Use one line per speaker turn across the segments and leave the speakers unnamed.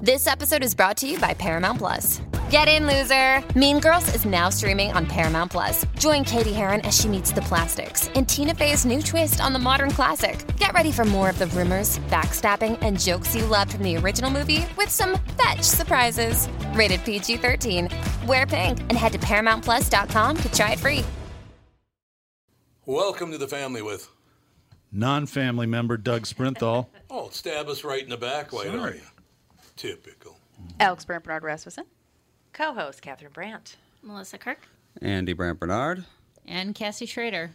This episode is brought to you by Paramount Plus. Get in, loser! Mean Girls is now streaming on Paramount Plus. Join Katie Heron as she meets the plastics in Tina Fey's new twist on the modern classic. Get ready for more of the rumors, backstabbing, and jokes you loved from the original movie with some fetch surprises. Rated PG 13. Wear pink and head to ParamountPlus.com to try it free.
Welcome to the family with.
non-family member Doug Sprinthal.
Oh, stab us right in the back, why don't
Sorry.
you? Typical.
Alex Brant Bernard Rasmussen. Co host Catherine Brandt.
Melissa Kirk
Andy Brant Bernard.
and Cassie Schrader.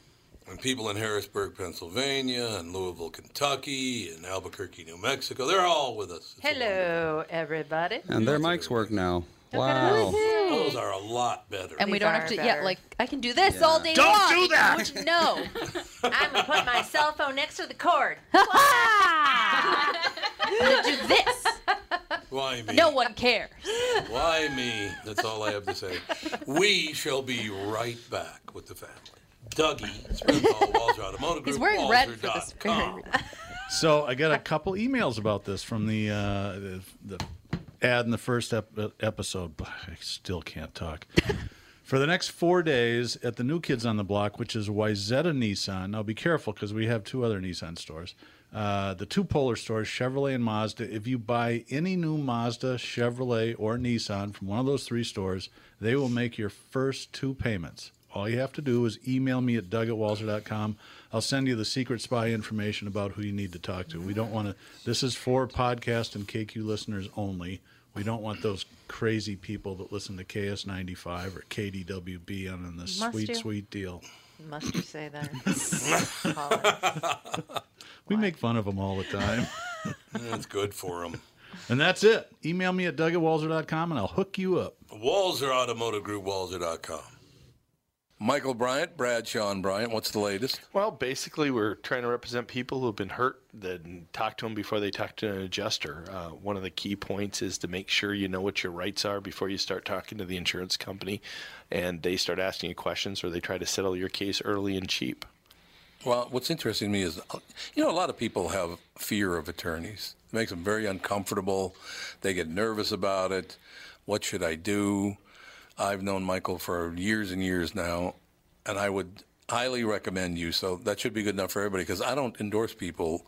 And people in Harrisburg, Pennsylvania, and Louisville, Kentucky, and Albuquerque, New Mexico, they're all with us. It's a
Hello, everybody.
And their mics work now. Wow.
wonder- Those are a lot better.
And we
These
don't
are
have to.
better.
Yeah, like I can do this all day
Don't
long.
do
You
that!
don't know.
I'm going to put my cell phone next to the cord.
I'm gonna do this.
Why me?
No one cares.
Why me? That's all I have to say. We shall be right back with the family. Dougie, Sprinthal, Walzer Automotive Group,
He's wearing red for this very
Walzer.com.
reason.
So I got a couple emails about this from the uh, the, the ad in the first ep- episode. But I still can't talk. For the next four days at the New Kids on the Block, which is Wyzetta Nissan. Now be careful because we have two other Nissan stores. Uh, the two polar stores, Chevrolet and Mazda. If you buy any new Mazda, Chevrolet, or Nissan from one of those three stores, they will make your first two payments. All you have to do is email me at doug at walzer.com. I'll send you the secret spy information about who you need to talk to. We don't want to, this is for podcast and KQ listeners only. We don't want those crazy people that listen to KS95 or KDWB on in this
Must
sweet,
do.
sweet deal.
Must you say Oh, that? Colin.
We make fun of them all the time.
That's good for them.
and that's it. Email me at doug at walzer.com and I'll hook you up.
Walzer Automotive Group, Walzer.com. Michael Bryant, Brad Sean Bryant, what's the latest?
Well, basically, we're trying to represent people who've been hurt. Then talk to them before they talk to an adjuster. Uh, one of the key points is to make sure you know what your rights are before you start talking to the insurance company, and they start asking you questions or they try to settle your case early and cheap.
Well, what's interesting to me is, you know, a lot of people have fear of attorneys. It makes them very uncomfortable. They get nervous about it. What should I do? I've known Michael for years and years now, and I would highly recommend you. So that should be good enough for everybody because I don't endorse people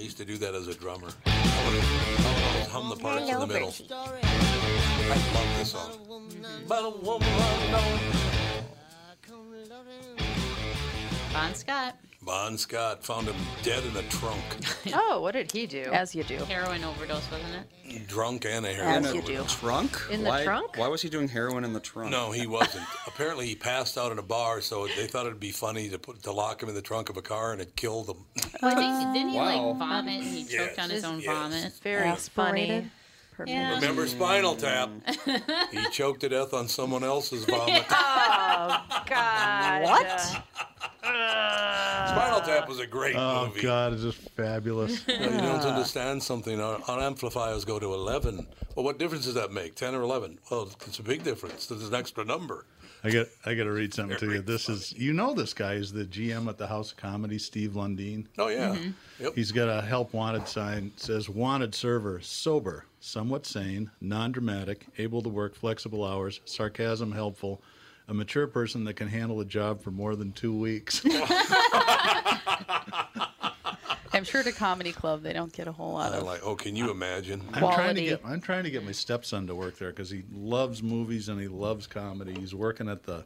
used to do that as a drummer. I would always hum the parts in the middle. I love this song. But a woman alone.
Bon Scott,
Bon Scott found him dead in a trunk,
oh, what did he do?
As you do.
heroin overdose, wasn't it?
drunk and a
As
heroin.
you
overdose.
do.
Trunk?
In the
why,
trunk?
Why was he doing heroin in the trunk?
No, he wasn't. Apparently, he passed out in a bar, so they thought it'd be funny to put to lock him in the trunk of a car, and it killed him.
Well, I think, didn't he
Wow.
like vomit and he choked on his own
yes.
vomit?
Very funny.
Yeah.
Remember Spinal Tap? he choked to death on someone else's vomit.
God.
What?
Spinal Tap was a great
Oh,
movie.
God, it's just fabulous.
Now, you don't understand something. Our, our amplifiers go to 11. Well, what difference does that make? 10 or 11? Well, it's a big difference. There's an extra number.
I got I got to read something to you.
Very
This is you know this guy is the GM at the House of Comedy, Steve Lundeen.
Oh, yeah.
Mm-hmm.
Yep.
He's got a help wanted sign. It says wanted server, sober, somewhat sane, non-dramatic, able to work flexible hours, sarcasm helpful, a mature person that can handle a job for more than 2 weeks.
I'm sure at a comedy club they don't get a whole lot
I'm
of.
like, oh, can you imagine?
I'm trying to
Quality.
get I'm trying to get my stepson to work there because he loves movies and he loves comedy. He's working at the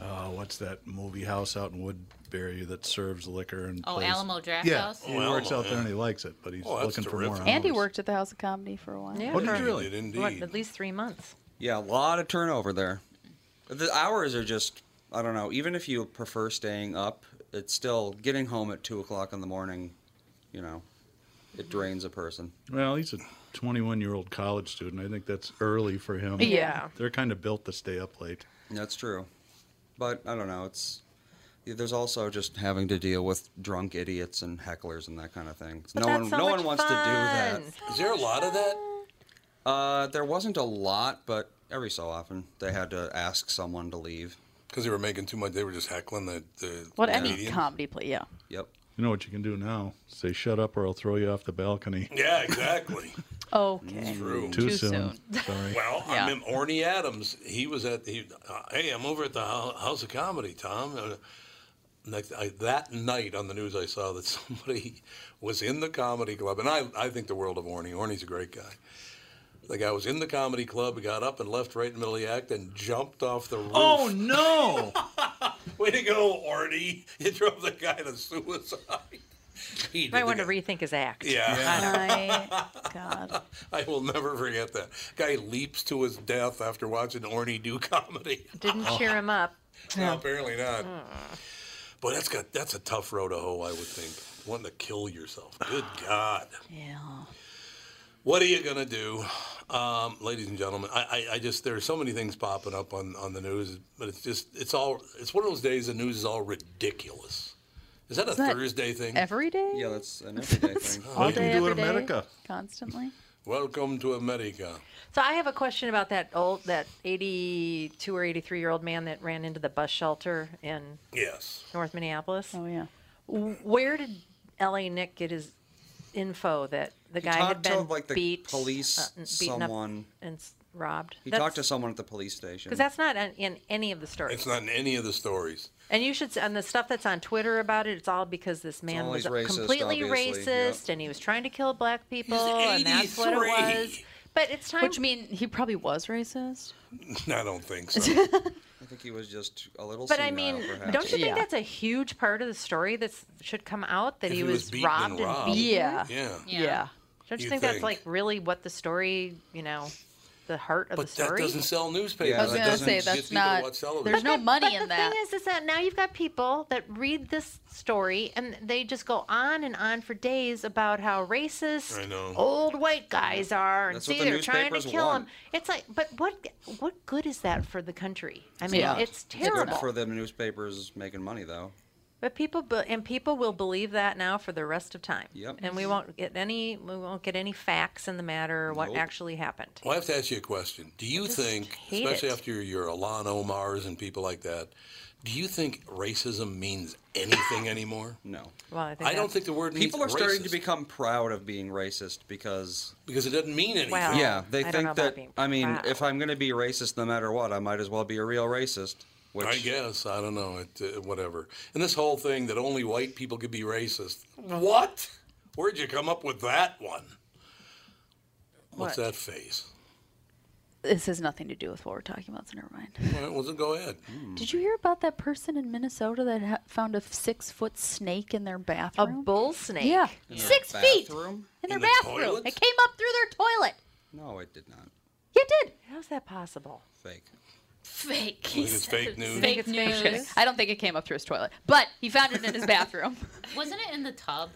uh, what's that movie house out in Woodbury that serves liquor and
Oh,
plays-
Alamo Draft
Yeah,
House?
he
Oh,
works
Alamo,
out there and
yeah.
he likes it, but he's
Oh, that's
looking for more.
terrific.
hours.
Andy worked at the House of Comedy for a while.
Yeah.
Oh, did
for,
you really?
It indeed.
what, at least three months.
Yeah, a lot of turnover there. The hours are just, I don't know, even if you prefer staying up, it's still getting home at 2 o'clock in the morning, you know,
Mm-hmm.
it drains a person.
Well, he's a 21 year old college student. I think that's early for him.
Yeah.
They're kind of built to stay up late.
That's true. But I don't know, it's. There's also just having to deal with drunk idiots and hecklers and that kind of thing.
But
no
that's
one,
so
no one
much
wants to do that.
fun.
Is there a lot of that?
Uh, there wasn't a lot, but every so often they had to ask someone to leave.
Because they were making too much. They were just heckling the. the
What
the
any
comedian?
comedy play? Yeah.
Yep.
You know what you can do now? Say, shut up or I'll throw you off the balcony.
Yeah, exactly.
Okay.
True.
Too,
Too
soon. Sorry.
Well,
Yeah.
I mean, Orny Adams. He was at. He, uh, hey, I'm over at the Hou- House of Comedy, Tom. Uh, Next, I, that night on the news, I saw that somebody was in the comedy club, and I, I think the world of Orny. Orny's a great guy. The guy was in the comedy club, got up and left right in the middle of the act, and jumped off the roof.
Oh, no.
Way to go, Orny! You drove the guy to suicide. He did
Might
the
want to
guy-
rethink his act.
Yeah.
My God.
I will never forget that. Guy leaps to his death after watching Orny do comedy.
Didn't
Oh.
cheer him up.
No, apparently not. Boy, that's got that's a tough road to hoe, I would think. Wanting to kill yourself. Good God.
Yeah.
What are you gonna do, um, ladies and gentlemen? I, I, I just there's so many things popping up on, on the news, but it's just it's all it's one of those days the news is all ridiculous. Is that a
that
Thursday thing?
Every day.
Yeah, that's an everyday thing.
All
You can
day,
do it
every day,
America.
Constantly.
Welcome to America.
So I have a question about that old, that 82 or 83 year old man that ran into the bus shelter in
Yes.
North Minneapolis.
Oh yeah.
Where did L.A. Nick get his info that the guy
talked
had been
to, like, the
beat,
police,
uh, beaten
someone.
up and s- robbed?
He talked to someone at the police station.
because that's not in, in any of the stories.
It's not in any of the stories.
And you should, s- and the stuff that's on Twitter about it, it's all because this man
all
was
he's racist,
completely
obviously, yeah.
racist and he was trying to kill black people,
He's
and that's what it
83.
was. But it's time.
Which mean he probably was racist.
I don't think so.
I think he was just a little.
but I
senile,
mean,
perhaps.
don't you think
Yeah.
that's a huge part of the story that should come out that
If
he,
he was
was,
beaten and
robbed and,
robbed.
beaten?
Yeah.
yeah.
Yeah.
Don't you
You
think, that's
think.
like really what the story, you know, the heart of
But
the
that
story?
doesn't sell newspapers.
Yeah, I was
That
gonna
doesn't
say,
get
that's
people to
not-
watch television.
there's no money
but
in
the
that.
thing is, is that now you've got people that read this story and they just go on and on for days about how racist
I know.
old white guys are and
That's what
see
the
they're trying to
newspapers
kill
want.
them. It's like, but what what good is that for the country? I mean,
Yeah.
it's
good
terrible.
for the newspapers making money though?
But people be- and people will believe that now for the rest of time.
Yep.
And we won't get any we won't get any facts in the matter or what
Nope.
actually happened.
Well, I have to ask you a question. Do you
just
think,
hate
especially
it.
after your Alan Omars and people like that, do you think racism means anything anymore?
No.
Well, I, think
I don't
that's-
think the word means
People are starting to
racist
become proud of being racist because
because it doesn't mean anything.
Wow. Oh,
yeah,
I
they
don't know
think
about
that.
being
I mean,
proud.
if I'm going to be racist no matter what, I might as well be a real racist. Which
I guess I don't know. It, uh, whatever. And this whole thing that only white people could be racist. What? Where'd you come up with that one? What's
What?
that face?
This has nothing to do with what we're talking about, so never mind.
Well, well, then go ahead.
Did you hear about that person in Minnesota that ha- found a six foot snake in their
a
bathroom?
bull snake.
Yeah.
In their
Six feet
bathroom?
in their
In the
bathroom.
toilets?
It came up through their toilet.
No, it did not.
Yeah, it did.
How's that possible?
Fake.
Fake.
think it's fake news.
Fake
Think it's fake
news.
I don't think it came up through his toilet, but he found it in his bathroom.
Wasn't it in the tub?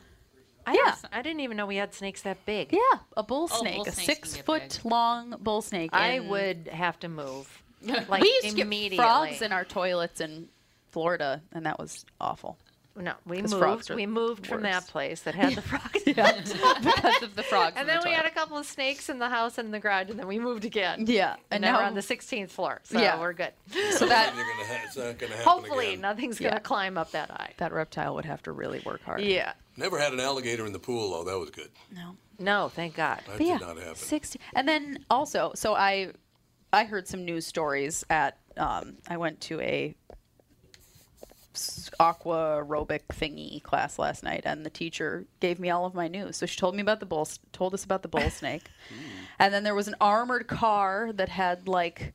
I
Yeah.
didn't- I didn't even know we had snakes that big.
yeah, a bull
Oh,
snake,
Oh, bull
a
snakes can
six
get
foot long bull snake.
I
in-
would have to move. Like
we used to
immediately.
get frogs in our toilets in Florida, and that was awful
No, we
'cause frogs
moved.
are
We moved from
worse.
that place that had the frogs.
because of the frogs. in
And
the
then we had a
toilet.
couple of snakes in the house and in the garage, and then we moved again.
yeah,
And now we're on the 16th floor, so
Yeah.
we're good.
so that
You're gonna ha- it's not gonna happen
Hopefully,
again.
nothing's
Yeah.
gonna climb up that high.
that reptile would have to really work hard.
Yeah.
Never had an alligator in the pool though. That was good.
No.
No, thank God.
That
But
did
yeah,
not happen.
60. And then also, so I I heard some news stories at um, I went to a s- aqua aerobic thingy class last night, and the teacher gave me all of my news. So she told me about the bull, s- told us about the bull snake,
Hmm.
and then there was an armored car that had like.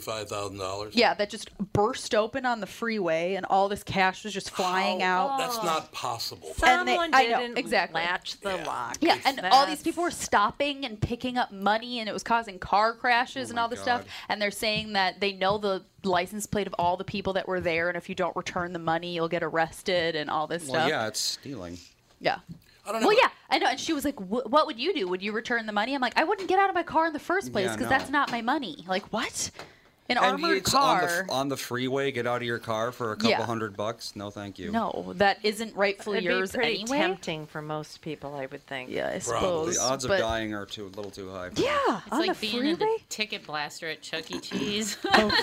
$175,000.
Yeah, that just burst open on the freeway, and all this cash was just flying
Oh,
out.
That's not possible.
And they-
Someone
I know,
didn't
exactly.
latch the lock.
Yeah, and all these
That's-
people were stopping and picking up money, and it was causing car
Oh
crashes and all this stuff. And they're saying that they know the license plate of all the people that were there, and if you don't return the money, you'll get arrested and all this
Well,
stuff.
yeah, it's stealing.
Yeah.
I don't know.
Well, yeah, I know. And she was like, "Wh- "What would you do? Would you return the money?" I'm like, "I wouldn't get out of my car in the first place
Yeah,
because
no.
that's not my money." Like, what? An
and
armored
it's
car.
on the on the freeway. Get out of your car for a couple
Yeah.
hundred bucks. No, thank you.
no, that isn't rightfully
It'd
yours
be pretty
anyway.
tempting for most people, I would think.
Yeah, I
Probably.
suppose.
The odds
but-
of dying are too a little too high.
Yeah,
It's
on
like
the
being
freeway.
in the ticket blaster at Chuck E. Cheese.
oh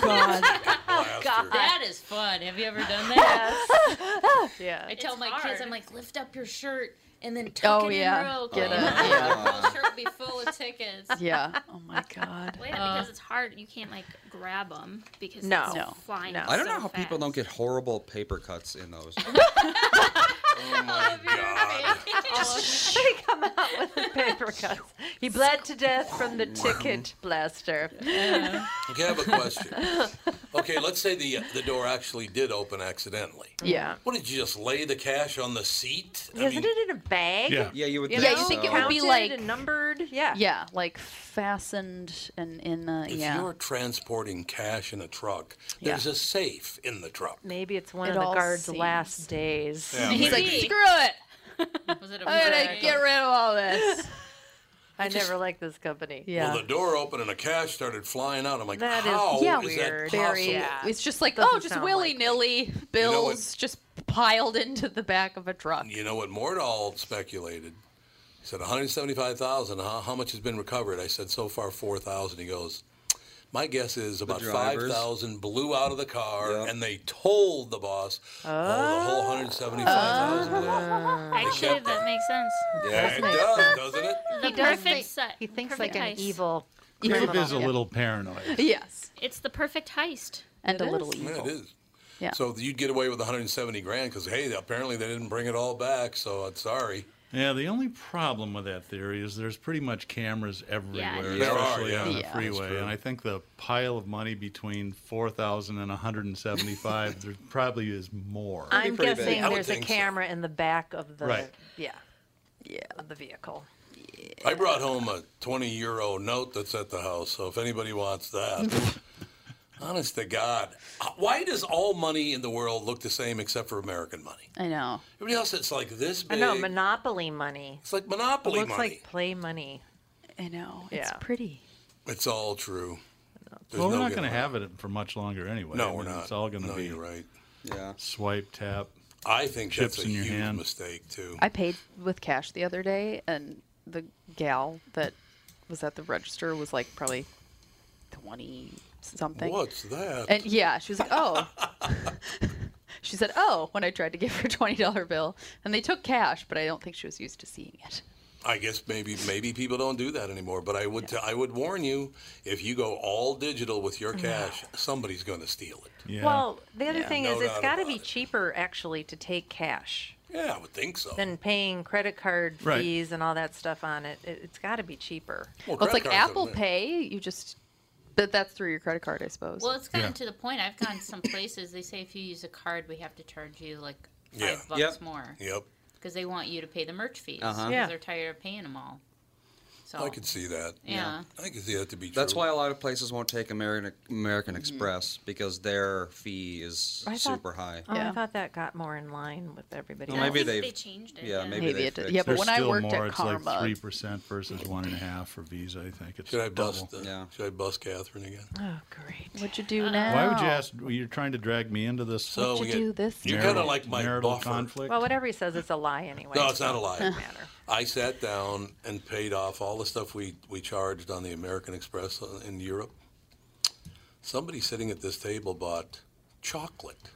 God.
that is fun. Have you ever done that?
Yeah.
I tell
It's
my
hard.
kids, I'm like, lift up your shirt and then tuck
Oh,
it in
yeah.
real
Get it.
quick. Your
Yeah.
whole shirt will be full of tickets.
yeah. Oh my God. Uh.
Well, yeah,
Uh,
because it's hard. You can't like grab them because
No.
it's
No.
flying.
No.
so
I don't know how
fast.
people don't get horrible paper cuts in those.
Oh.
They come out with the paper cuts. He bled to death from the ticket blaster.
Okay, I have a question. okay, let's say the the door actually did open accidentally.
Yeah.
What did you just lay the cash on the seat? I
Isn't
mean,
it in a bag?
Yeah.
yeah, you would.
You
Think
Yeah,
know?
you think
so.
it would be
Counted
like-
and numbered. Yeah.
Yeah, like fastened and in. Uh,
If
yeah.
you're transporting cash in a truck, there's a safe in the truck.
Maybe it's one
It
of the
all
guard's
seems-
last days.
He's like,
Maybe.
screw it.
Was it a
I'm gonna
bag?
get rid of all this.
I never liked this company.
Yeah.
Well, the door opened and the cash started flying out. I'm like,
That is-
how
yeah,
is
weird.
that
Very,
possible?
yeah.
It's just like,
Doesn't
oh, just
sound
willy nilly bills
what-
just piled into the back of a truck.
You know what Mordahl speculated? He said 175,000. How, how much has been recovered? I said so far 4,000. He goes, my guess is about
drivers.
5,000 blew out of the car
Yeah.
and they told the boss, oh, the whole 175,000.
Oh. Actually, that makes sense.
yeah, it does, doesn't it?
The
does
perfect
think-
set.
He thinks
perfect
like an
heist.
evil.
Dave is a
Yeah.
little paranoid.
Yes,
It's the perfect heist.
and a little
Yeah,
evil.
it is.
Yeah.
So you'd get away with 170 grand because hey, apparently they didn't bring it all back. So I'm sorry.
Yeah, the only problem with that theory is there's pretty much cameras everywhere,
There are,
especially
yeah.
on the
Yeah.
freeway. And I think the pile of money between 4,000 and 175, there probably is more.
I'm
pretty big.
guessing
I would
there's a
think so.
camera in the back of the.
Right.
Yeah. Yeah. Of the vehicle.
I brought home a 20 euro note that's at the house. So if anybody wants that, honest to God, why does all money in the world look the same except for American money?
I know.
Everybody else, it's like this
I
big.
know, Monopoly money.
it's like monopoly
looks
money.
like play money.
I know.
Yeah.
It's pretty.
It's all true. There's
well, we're
no
not
getting
going to
around.
have it for much longer anyway. I
No,
mean,
we're not.
It's all going to
no,
be
You're right.
Yeah.
swipe, tap.
I think
Chips
that's a
in your
huge
hand.
mistake too.
I paid with cash the other day, and the gal that was at the register was like probably twenty something.
What's that?
And yeah, she was like, "Oh." she said, "Oh," when I tried to give her a twenty dollar bill, and they took cash, but I don't think she was used to seeing it.
I guess maybe maybe people don't do that anymore, but I would I would warn you if you go all digital with your cash, somebody's going to steal it.
Yeah.
Well, the other thing
No
is, it's
doubt
got to
about
be
it.
cheaper actually to take cash
Yeah, I would think so.
than paying credit card
Right.
fees and all that stuff on it. it it's got to be cheaper.
Well, it's
Oh, credit
like
cards
Apple
don't-
Pay. You just that that's through your credit card, I suppose.
Well, it's gotten
Yeah.
to the point. I've gone to some places. They say if you use a card, we have to charge you like five
Yeah.
bucks
Yep.
more
Yep,
because they want you to pay the merch fees because
Uh-huh.
Yeah.
they're tired of paying them all. So
I could see that.
Yeah.
I could see that to be true.
That's why a lot of places won't take American
Mm-hmm.
American Express because their fee is
I thought-
super high.
Oh,
Yeah.
I thought that got more in line with everybody.
Well,
else.
I
maybe
think
they've-
they changed it.
yeah, maybe-
Maybe
they
it did.
fixed
Yeah,
it.
but
There's
when I
still
worked
more.
at
It's
Karma,
like 3% versus 1.5 for Visa, I think. It's
should I
double.
bust? Uh,
Yeah.
Should I bust Catherine again?
Oh, great.
what'd you
Uh-huh.
do now?
Why would you ask? You're trying to drag me into this.
So
What'd
we
you
get-
do this
You're
time?
kind of like my
marital
buffer.
conflict.
Well, whatever he says, it's a lie anyway.
No, it's
so
not a lie.
It doesn't matter.
I sat down and paid off all the stuff we, we charged on the American Express uh, in Europe. Somebody sitting at this table bought chocolate.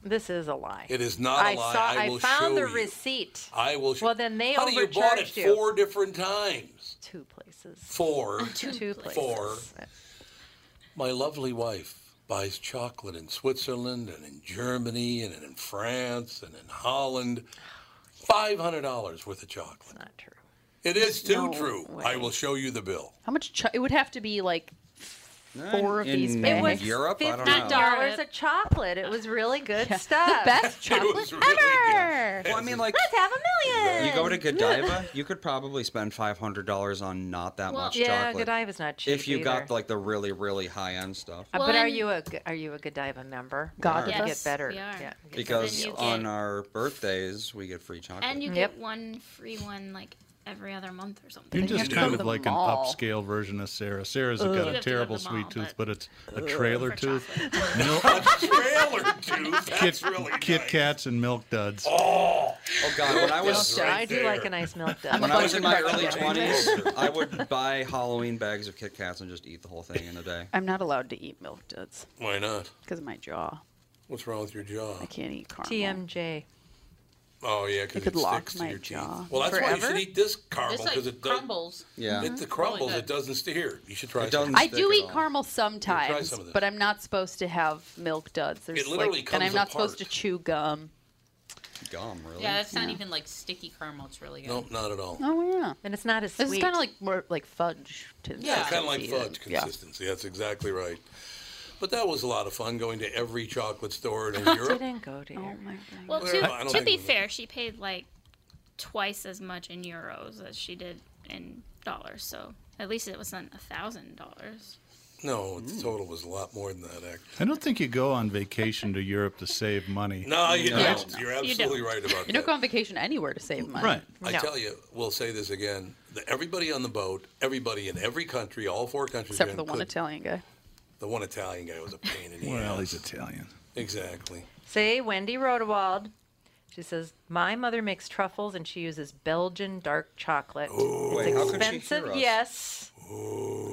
This is a lie.
It is not a
I
lie.
saw.
I,
I,
will
found
show
the
you.
receipt.
I will. Sh-
Well, then they
Honey, you bought it
overcharged you.
four different times.
Two places.
Four.
Two places.
Four. My lovely wife buys chocolate in Switzerland and in Germany and in France and in Holland. $500 worth of chocolate.
Not true.
It is too
No
true. I will show you the bill.
How much? Cho- it would have to be like four of
in
these
It was
bags.
Europe, I don't
fifty
know.
dollars a chocolate. It was really good
the
stuff.
best
It
chocolate
was really
Sure.
Well, I mean, like
Let's have a million.
you go to Godiva, you could probably spend five hundred dollars on not that
Well-
much
Yeah,
chocolate.
Godiva's not cheap.
if you got
either.
like the really really high end stuff.
Uh,
Well,
but are
and-
you a G- are you a Godiva member?
God
You
of
can
Yes,
get better.
we are.
Yeah, get
Because
you
on
get-
our birthdays we get free chocolate.
And you
Yep.
get one free one like every other month or something.
You're
you have
just
to
kind
go
of
to the
like
mall.
an upscale version of Sarah. Sarah's got
have
a
to go to
terrible
the
sweet
mall,
tooth, but
but-
it's a trailer
For
tooth.
chocolate.
Milk,
Trailer tooth.
Kit,
That's really
Kit
nice.
Kats and Milk Duds.
oh god, when I was
right
I do like
there.
a nice milk dud.
when I was in my
Bunch of
early
crackers.
twenties, I would buy Halloween bags of Kit Kats and just eat the whole thing in a day.
I'm not allowed to eat milk duds
Why not?
because of my jaw.
What's wrong with your jaw?
I can't eat caramel.
TMJ.
Oh yeah, because
It
it,
could lock
sticks to
my
your
jaw.
teeth. Well, that's why you
Forever?
should eat this caramel
This like
because it does-
crumbles.
Yeah.
It the crumbles.
good.
it doesn't steer. You should try.
It
some.
doesn't-
I
stick
do
at
eat
all.
caramel sometimes,
some of this.
but I'm not supposed to have milk duds. There's
literally
like,
comes
and I'm not supposed to
apart.
chew gum.
Gum, really?
Yeah, that's not even like sticky caramel. It's really good.
No, not at all.
Oh yeah,
And it's not as sweet.
this is kind of like more like fudge. To
Yeah.
Kind of like
consistency.
fudge consistency. That's exactly right. But that was a lot of fun going to every chocolate store
Oh,
in Europe.
didn't go to.
Yeah. Oh
Europe.
my god.
Well,
Well, I don't
to, to
think
be
it was-
fair, she paid like twice as much in euros as she did in dollars. So at least it wasn't a thousand dollars.
No, the total was a lot more than that. Actually,
I don't think you go on vacation to Europe to save money.
no, you
No.
don't. You're
You
absolutely
don't.
right about
You
that.
don't go on vacation anywhere to save money.
Right.
I
No.
tell you, we'll say this again. The, everybody on the boat, everybody in every country, all four countries,
Except
Jen,
for the one
could-
Italian guy.
The one Italian guy was a pain in the
Well,
ass.
he's Italian.
Exactly.
Say Wendy Rodewald. She says my mother makes truffles and she uses Belgian dark chocolate.
Wait, how could she
Expensive,
hear us?
yes.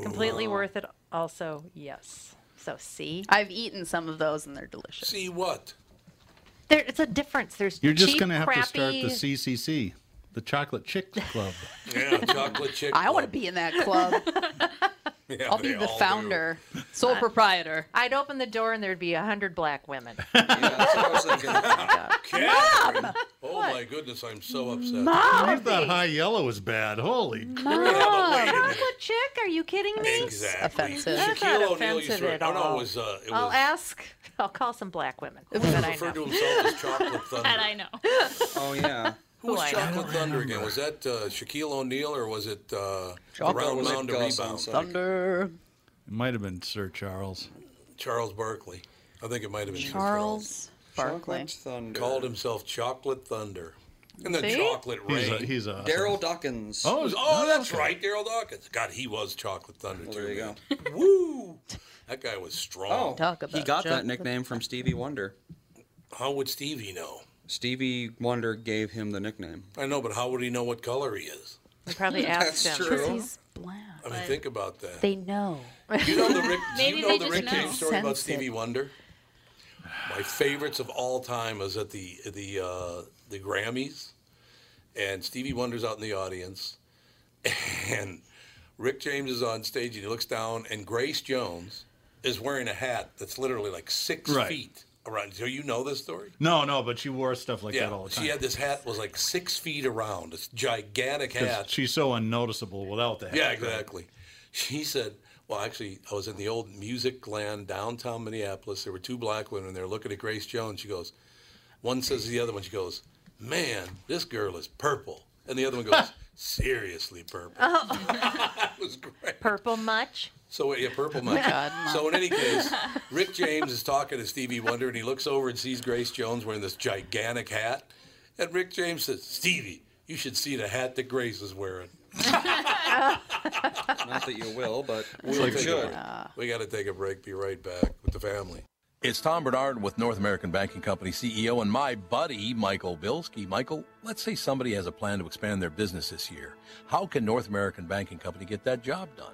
Completely worth it. Also, yes. So see,
I've eaten some of those and they're delicious.
See what?
there, it's a difference. There's
You're just
cheap,
going to have to start
crappy-
the CCC, the Chocolate Chick Club.
Yeah, chocolate chick.
I want to
club.
be in that club.
Yeah,
I'll be
they
the
all do.
founder, sole proprietor.
I'd open the door and there'd be a hundred black women.
Yeah, that's what I was thinking.
Catherine. Oh my goodness, I'm so upset.
I thought high yellow was bad. Holy.
Yeah, but wait a
Chocolate chick? Are you kidding me?
minute. Exactly.
Offensive.
That's not
Shaquille O'Neal used
offensive
to.
at
Oh no,
all.
it was. Uh, it
I'll
was
ask. I'll call some black women that
he
I
referred to
know.
himself as Chocolate Thunder.
That I know.
Oh yeah.
Who was
I know.
Chocolate Thunder again? Was that uh, Shaquille O'Neal or was it uh, the
Chocolate
Round
was it
Mound to
Gus on
Rebound?
Sunday?
Thunder.
It might have been Sir Charles.
Charles Barkley. I think it might have been
Charles Barkley.
Chocolate Thunder.
Called himself Chocolate Thunder. And then
See?
Chocolate
He's a,
Rain.
he's a
Daryl Dawkins.
Oh,
Oh,
oh,
that's
okay.
right, Daryl Dawkins. God, he was Chocolate Thunder too.
there you
man. Woo! That guy was
Oh,
strong.
Talk about
he got
chocolate.
that nickname from Stevie Wonder.
How would Stevie know?
Stevie Wonder gave him the nickname.
I know, but how would he know what color he is?
You probably asked
That's
him.
true.
He's black.
I mean, think about that.
They know.
you know the Rick, do
Maybe
you know
they
the
just
Rick
know.
James story about
Sense
Stevie
it.
Wonder? My favorites of all time is at the the uh, the Grammys, and Stevie Wonder's out in the audience, and Rick James is on stage and he looks down, and Grace Jones is wearing a hat that's literally like six
Right.
feet around. So you know this story?
No, no, but she wore stuff like that all the time.
she had this hat was like six feet around. This gigantic
'Cause
hat.
She's so unnoticeable without the hat.
Yeah, exactly. She said, well, actually, I was in the old music land downtown Minneapolis. There were two black women there looking at Grace Jones. She goes, one says to the other one, she goes, man, this girl is purple. And the other one goes, seriously purple.
Oh.
that was great.
Purple much?
So yeah, purple much.
God,
so in any case, Rick James is talking to Stevie Wonder, and he looks over and sees Grace Jones wearing this gigantic hat, and Rick James says, "Stevie, you should see the hat that Grace is wearing."
Not that you will, but we
We'll take a
should.
break. We got to take a break. Be right back with the family. It's Tom Bernard with North American Banking Company CEO and my buddy, Michael Bilski. Michael, let's say somebody has a plan to expand their business this year. How can North American Banking Company get that job done?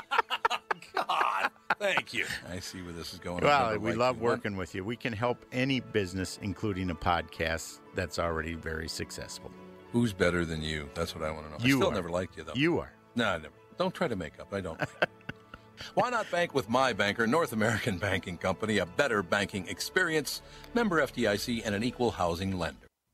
God, thank you. I see where this is going.
Well, we love working with you. We can help any business, including a podcast that's already very successful.
Who's better than you? That's what I want to know.
You
I still
are.
never liked you though.
You are.
No, I never. Don't try to make up. I don't. like it. Why not bank with my banker, North American Banking Company, a better banking experience, member FDIC, and an equal housing lender.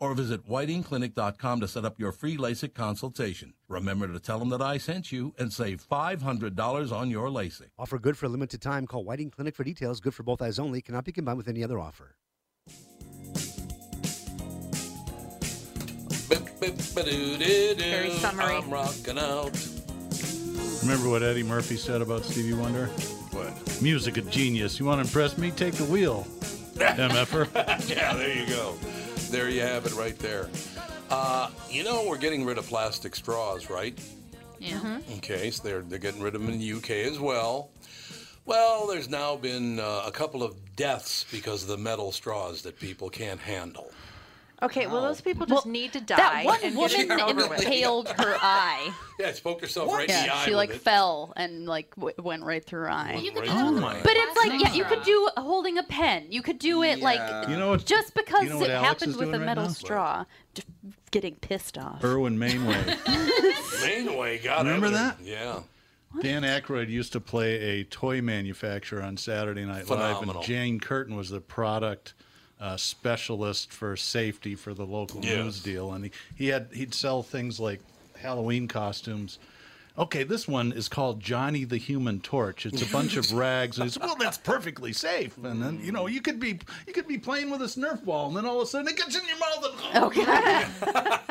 or visit whitingclinic.com to set up your free LASIK consultation. Remember to tell them that I sent you and save $500 on your LASIK.
Offer good for a limited time. Call Whiting Clinic for details. Good for both eyes only. Cannot be combined with any other offer.
Very
summary.
I'm rocking out.
Remember what Eddie Murphy said about Stevie Wonder?
What?
Music a genius. You want to impress me? Take the wheel, mf'er.
yeah, there you go. There you have it right there. Uh, you know, we're getting rid of plastic straws, right?
Yeah.
Okay, so they're, they're getting rid of them in the UK as well. Well, there's now been uh, a couple of deaths because of the metal straws that people can't handle.
Okay, well, those people just need to die.
That one
and get it
woman
over with.
impaled her eye.
Yeah, it spoke herself right in the
Yeah,
eye.
she
with
like
it.
fell and like w- went right through her eye.
Went right through my
But it's like, yeah,
Plastic
you could do holding a pen. You could do it like
You know what-
just because
you know what
it
Alex
happened
is
with a
doing right
metal
now?
straw, just getting pissed off.
Irwin Mainway.
Mainway, God,
Remember
was a-
that?
Yeah.
Dan Aykroyd used to play a toy manufacturer on Saturday Night Live,
Phenomenal.
and Jane Curtin was the product uh, specialist for safety for the local
Yes.
news deal, and he, he had he'd sell things like Halloween costumes. Okay, this one is called Johnny the Human Torch. It's a bunch of rags. And it's, well, that's perfectly safe. And then you know you could be you could be playing with a Nerf ball, and then all of a sudden it gets in your mouth. And,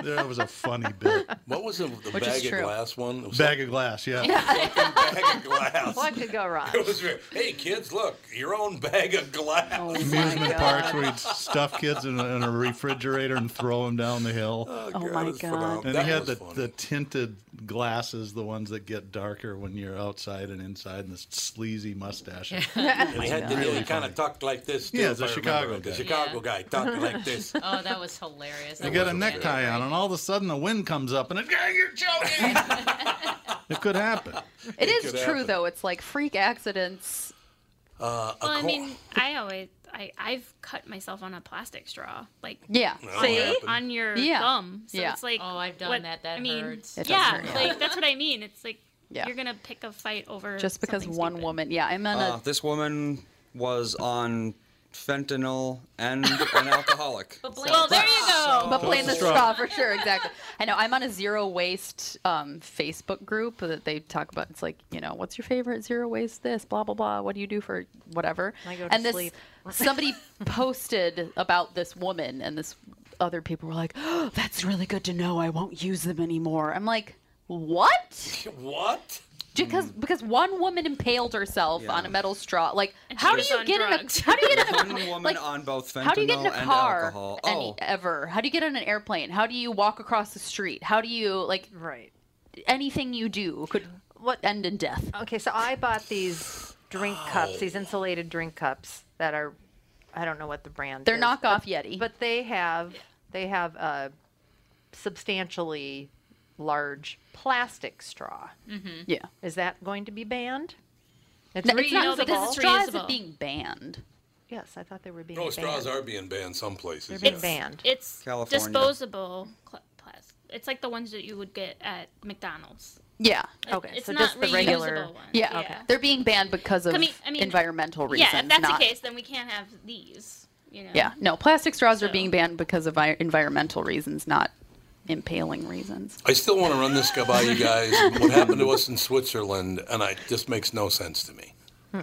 That was a funny bit.
What was the, the
Which is
bag of
true.
glass one? It was
Bag of glass, yeah.
bag of glass.
What could go wrong?
It was very- hey, kids, look, your own bag of glass.
Oh
Oh
amusement parks where he'd stuff kids in a, in a refrigerator and throw them down the hill.
Oh, God, my it's God. phenomenal.
And
That
he had
was
the,
funny.
the tinted glasses, the ones that get darker when you're outside and inside, and this sleazy mustache. It's
We had the
really
kind
funny.
of tucked like this. Too,
Yeah,
if
the
I remember
Chicago
right. The
guy.
Chicago guy tucked like this. Uh,
Oh, that was hilarious.
They
That
got
was
a
good.
necktie on, and all of a sudden the wind comes up, and it, you're joking. it could happen.
it is
could
true
happen.
though. It's like freak accidents.
Uh, a
Well, I
cor-
mean, I always I I've cut myself on a plastic straw, like
Yeah.
That'll
See?
happen.
on your
Yeah.
thumb. So
Yeah.
it's like
Oh, I've done
what-
that. That
I mean,
hurts.
It does
yeah,
hurt, yeah.
like that's what I mean. It's like
Yeah.
you're gonna pick a fight over
Just because
something
one
stupid.
woman. Yeah, I'm on
Uh, this woman was on fentanyl and an alcoholic.
Well, there you go.
a. But playing the
Straw.
straw for sure, exactly. I know I'm on a zero waste um, Facebook group that they talk about. It's like you know, what's your favorite zero waste? This blah blah blah. What do you do for whatever?
I go to
and this
sleep.
somebody posted about this woman, and this other people were like, oh, "That's really good to know. I won't use them anymore." I'm like, "What?"
what?
Because
Mm.
because one woman impaled herself on a metal straw. Like
And she
how do
was
you
on
get
drugs.
in a how do you get in a
One woman
like,
on both fentanyl
how do you get in a
and
car
alcohol.
any,
Oh,
ever? How do you get on an airplane? How do you walk across the street? How do you like
Right.
anything you do could what end in death?
Okay, so I bought these drink
Oh.
cups, these insulated drink cups that are, I don't know what the brand.
They're
is,
knockoff Yeti.
but they have they have a substantially large plastic straw. Mm-hmm.
yeah,
Is that going to be banned? It's
No, it's not
reusable.
because
It's
straw isn't
reusable.
being banned.
Yes, I thought they were being.
No,
banned.
straws are being banned some places.
They're being banned.
It's
California.
disposable cl- plastic. It's like the ones that you would get at McDonald's.
Yeah.
It-
Okay.
it's
so
not
just the regular.
reusable ones.
Yeah. Okay.
Yeah.
They're being banned because of
I mean- I mean,
environmental reasons.
yeah, if that's
not-
the case, then we can't have these. You know.
Yeah. No, plastic straws are being banned because of vi- environmental reasons, not impaling reasons.
I still want to run this guy by you guys. what happened to us in Switzerland, and I just makes no sense to me.
Hmm.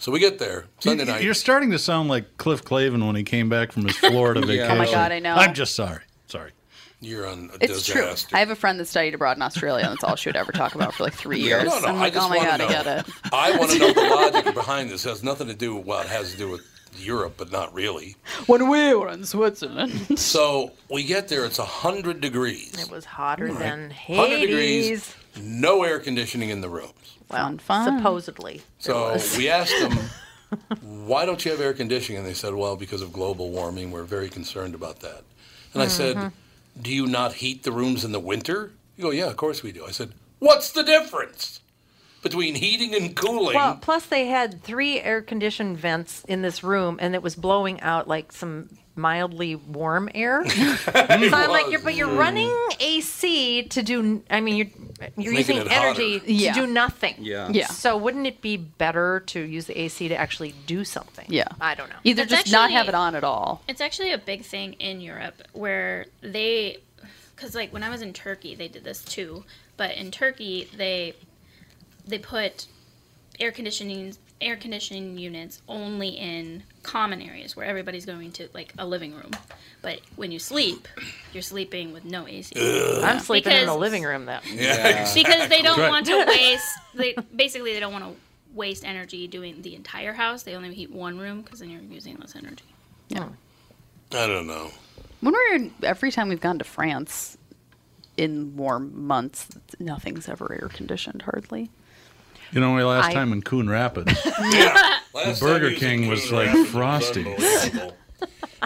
So we get there Sunday night.
You're starting to sound like Cliff Clavin when he came back from his Florida
Yeah.
vacation.
Oh my God, I know.
I'm just sorry. Sorry.
You're on a
It's true.
disaster.
I have a friend that studied abroad in Australia, and that's all she would ever talk about for like three
Yeah,
years.
no, no,
I'm
I
like,
just
oh my
wanna
god, I
know.
get it.
I want to know the logic behind this. It has nothing to do with well, it has to do with Europe, but not really.
When we were in Switzerland,
So we get there. It's hundred degrees.
It was hotter
Right.
than
100
Hades.
degrees. No air conditioning in the rooms.
Well,
fun.
supposedly.
So we asked them, why don't you have air conditioning? And they said, well, because of global warming. We're very concerned about that. And I said,
Mhm.
Mm-hmm.
do you not heat the rooms in the winter? You go, yeah, of course we do. I said, what's the difference between heating and cooling?
Well, plus they had three air conditioned vents in this room, and it was blowing out like some mildly warm air. so I'm like, you're, but you're
Mm.
running AC to do. I mean, you're you're using
Making it hotter.
energy to
Yeah.
do nothing.
Yeah. Yeah.
So wouldn't it be better to use the AC to actually do something?
Yeah.
I don't know.
Either
That's
just not
actually-
have it on at all.
It's actually a big thing in Europe where they, because like when I was in Turkey, they did this too. But in Turkey, they they put air conditioning air conditioning units only in common areas where everybody's going to like a living room. But when you sleep, you're sleeping with no AC.
I'm sleeping in
Because-
the living room though.
because they don't want to waste. They basically they don't want to waste energy doing the entire house. They only heat one room because then you're using less energy.
Yeah.
I don't know.
When we're in, every time we've gone to France in warm months, nothing's ever air conditioned hardly.
You know, my last
I-
time in Coon Rapids, the
Last time
Burger
he was in
King was
Coon
like
Rapids, it was
frosty.
unbelievable.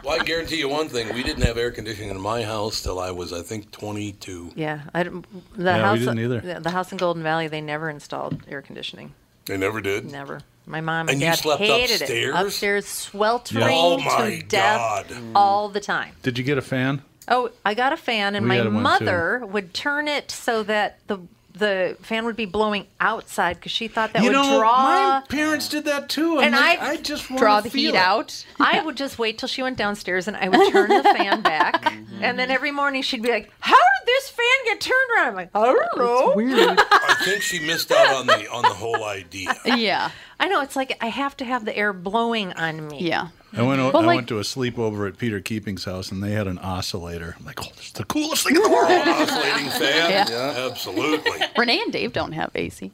well, I guarantee you one thing. We didn't have air conditioning in my house till I was, I think, 22.
Yeah, I don't, the
Yeah, we
house.
didn't either.
The, the house in Golden Valley, they never installed air conditioning.
They never did?
Never. My mom and,
And you
dad
slept
hated
upstairs?
it. Upstairs, sweltering
Yeah. Oh
to
my
death
God.
all the time.
Did you get a fan?
Oh, I got a fan, and
We
my
had one, too.
mother would turn it so that the the fan would be blowing outside because she thought that
You
would
know,
draw.
my parents did that too. I'm
and
like,
I,
I just wanna Draw the feel heat it. out.
I would just wait till she went downstairs, and I would turn the fan back, and then every morning she'd be like, "How did this fan get turned around?" I'm like, "I don't know."
weird.
I think she missed out on the on the whole idea.
yeah.
I know. It's like I have to have the air blowing on me.
Yeah.
I went. o I
Well, like-
went to a sleepover at Peter Keeping's house, and they had an oscillator. I'm like, oh, this is the coolest thing in the world.
Oscillating fan.
Yeah.
Absolutely.
Renee and Dave don't have AC.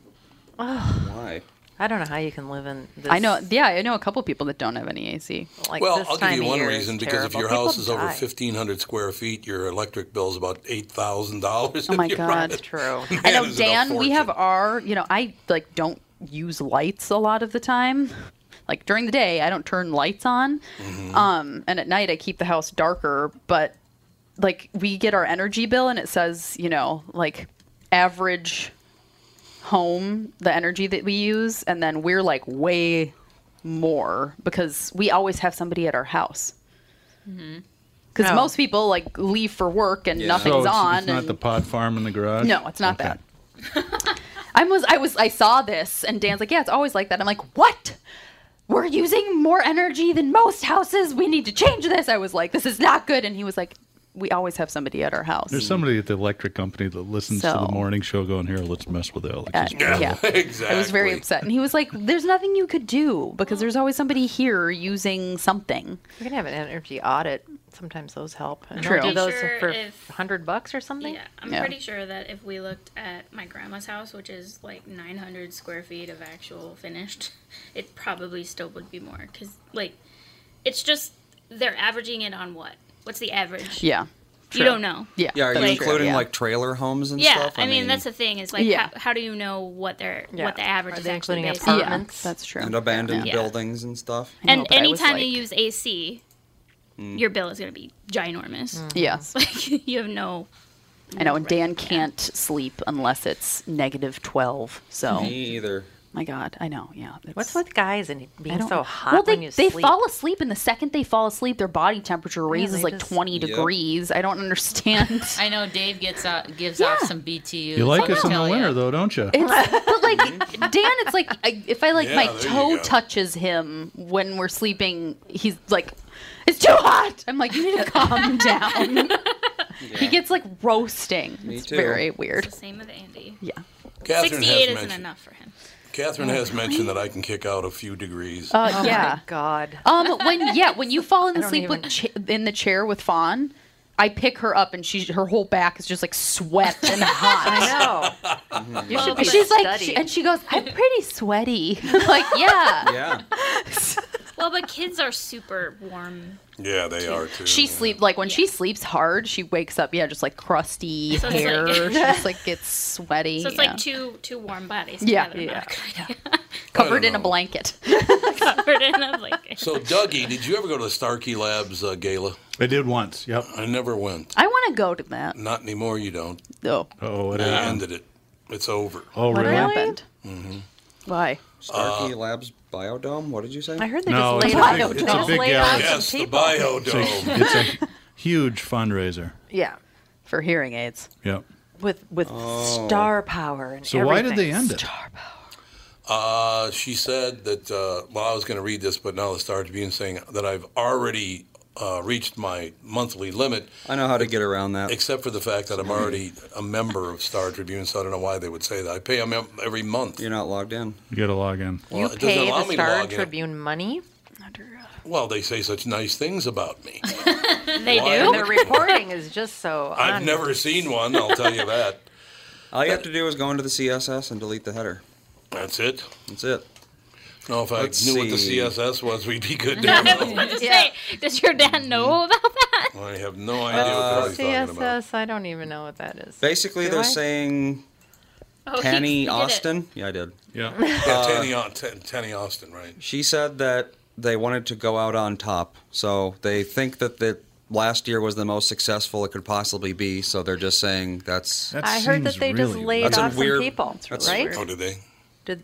Why?
I don't know how you can live in this.
I know. Yeah, I know a couple people that don't have any AC.
Like
well, I'll give you one reason because if your house is over 1,500 square feet, your electric bill is about $8,000.
Oh my God. That's
true.
I know, Dan, we have our, you know, I like don't use lights a lot of the time. Like during the day, I don't turn lights on. Um, and at night, I keep the house darker. But like we get our energy bill and it says, you know, like average home, the energy that we use. And then we're like way more because we always have somebody at our house.
Mm-hmm.
Because
Oh.
most people like leave for work and nothing's
so it's,
on.
It's not
and
the pot farm in the garage.
No, it's not that. I was I was I saw this and Dan's like, yeah, it's always like that. I'm like, what? We're using more energy than most houses. We need to change this. I was like, this is not good. And he was like, we always have somebody at our house.
There's somebody at the electric company that listens to
So-
the morning show going, here, let's mess with Alex.
Uh, yeah, I was very upset, and he was like, "There's nothing you could do because there's always somebody here using something."
You can have an energy audit. Sometimes those help. And
True.
they'll Do those
Sure,
for
if-
hundred bucks or something.
Yeah, I'm pretty sure that if we looked at my grandma's house, which is like 900 square feet of actual finished, it probably still would be more because like it's just they're averaging it on what? What's the average?
Yeah.
You don't know.
Yeah, are you
Like-
including
Yeah.
like trailer homes and
yeah,
stuff?
I, mean, that's the thing is like
Yeah.
how, how do you know what their
Yeah.
what the average
Are
is
they
actually
including
based on?
apartments?
That's true.
and abandoned
Yeah.
buildings and stuff.
And anytime you use AC,
Hmm.
your bill is going to be ginormous.
Hmm.
Mhm. Yes.
like you have no.
I know, and Dan can't sleep unless it's negative twelve. So
me either.
My God, I know. Yeah.
What's with guys and
I
being
don't
so
know.
hot
well, they,
when you
they
sleep?
fall asleep, and the second they fall asleep, their body temperature raises
they
like
just-
20
Yep.
degrees. I don't understand.
I know Dave gets out, gives off some BTU.
You like
so
us in the winter, though, don't you?
but like
Mm-hmm.
Dan, it's like I, if I like
Yeah,
my
there you
toe
go.
touches him when we're sleeping, he's like, "It's too hot." I'm like, "You need to calm down." He gets like roasting.
Me
it's
too.
very weird.
It's the same with Andy.
Yeah.
Catherine has
68 isn't
mentioned-
enough for him.
Catherine
Oh,
has
really?
mentioned that I can kick out a few degrees.
Uh,
Oh.
yeah.
God.
Um. When yeah, when you fall in
I
the
don't
sleep with cha- in the chair with Fawn, I pick her up and she her whole back is just like sweat and hot.
I know.
And she's like, she- and she goes, "I'm pretty sweaty." like, yeah.
Yeah.
Well, but kids are super warm.
Yeah, they are too.
She sleep like when she sleeps hard, she wakes up, yeah, just like crusty
So it's like-
hair. She just like gets sweaty.
So it's
yeah.
like two two warm bodies
Yeah,
together.
yeah,
covered
in a blanket.
Covered in a blanket.
So, Dougie, did you ever go to the Starkey Labs uh, gala?
I did once. Yep.
I never went.
I want to go to that.
Not anymore. You don't.
No.
Oh, what
They
happened?
ended it. It's over.
Oh,
What really? happened?
Mm-hmm.
Why?
Uh,
Starkey Labs Biodome. What did you say?
I heard
they No, just it's laid a big- off- it's a just big laid off gala. some
Yes, the
people. It's a,
biodome.
it's a huge fundraiser.
Yeah.
For hearing aids.
Yep.
With with
Oh.
star power and
So why did they
everything.
end it? Uh, she said that, uh, well, I was going to read this, but now the Star Tribune saying that I've already uh, reached my monthly limit.
I know how to get around that.
Except for the fact that I'm already a member of Star Tribune, so I don't know why they would say that. I pay a mem- every month. You're
not logged in.
You got to log in.
You
it doesn't
pay
allow
the
me to
Star
log in.
Tribune money.
Well, they say such nice things about me.
They
Why do? would
Their
you?
reporting is just so.
I've
honest.
never seen one, I'll tell you that.
All you have to do is go into the CSS and delete the header.
That's it.
That's it.
No, if I
Let's
knew what the
see.
CSS was, we'd be good
I
now.
was about to say, does your dad know about that?
I have no idea Mm-hmm. what he's talking about.
CSS. I don't even know what that is.
Basically,
Do
they're
I?
saying
Oh, he- he
Tanny
did it.
Austin. Yeah, I did.
Yeah.
Uh,
Yeah, Tanny, Au- Tan- Tanny Austin, right?
She said that they wanted to go out on top, so they think that the last year was the most successful it could possibly be. So they're just saying that's.
That I heard that seems they just really laid
That's a
off some
weird-
people,
that's-
right? Oh,
did they?
Did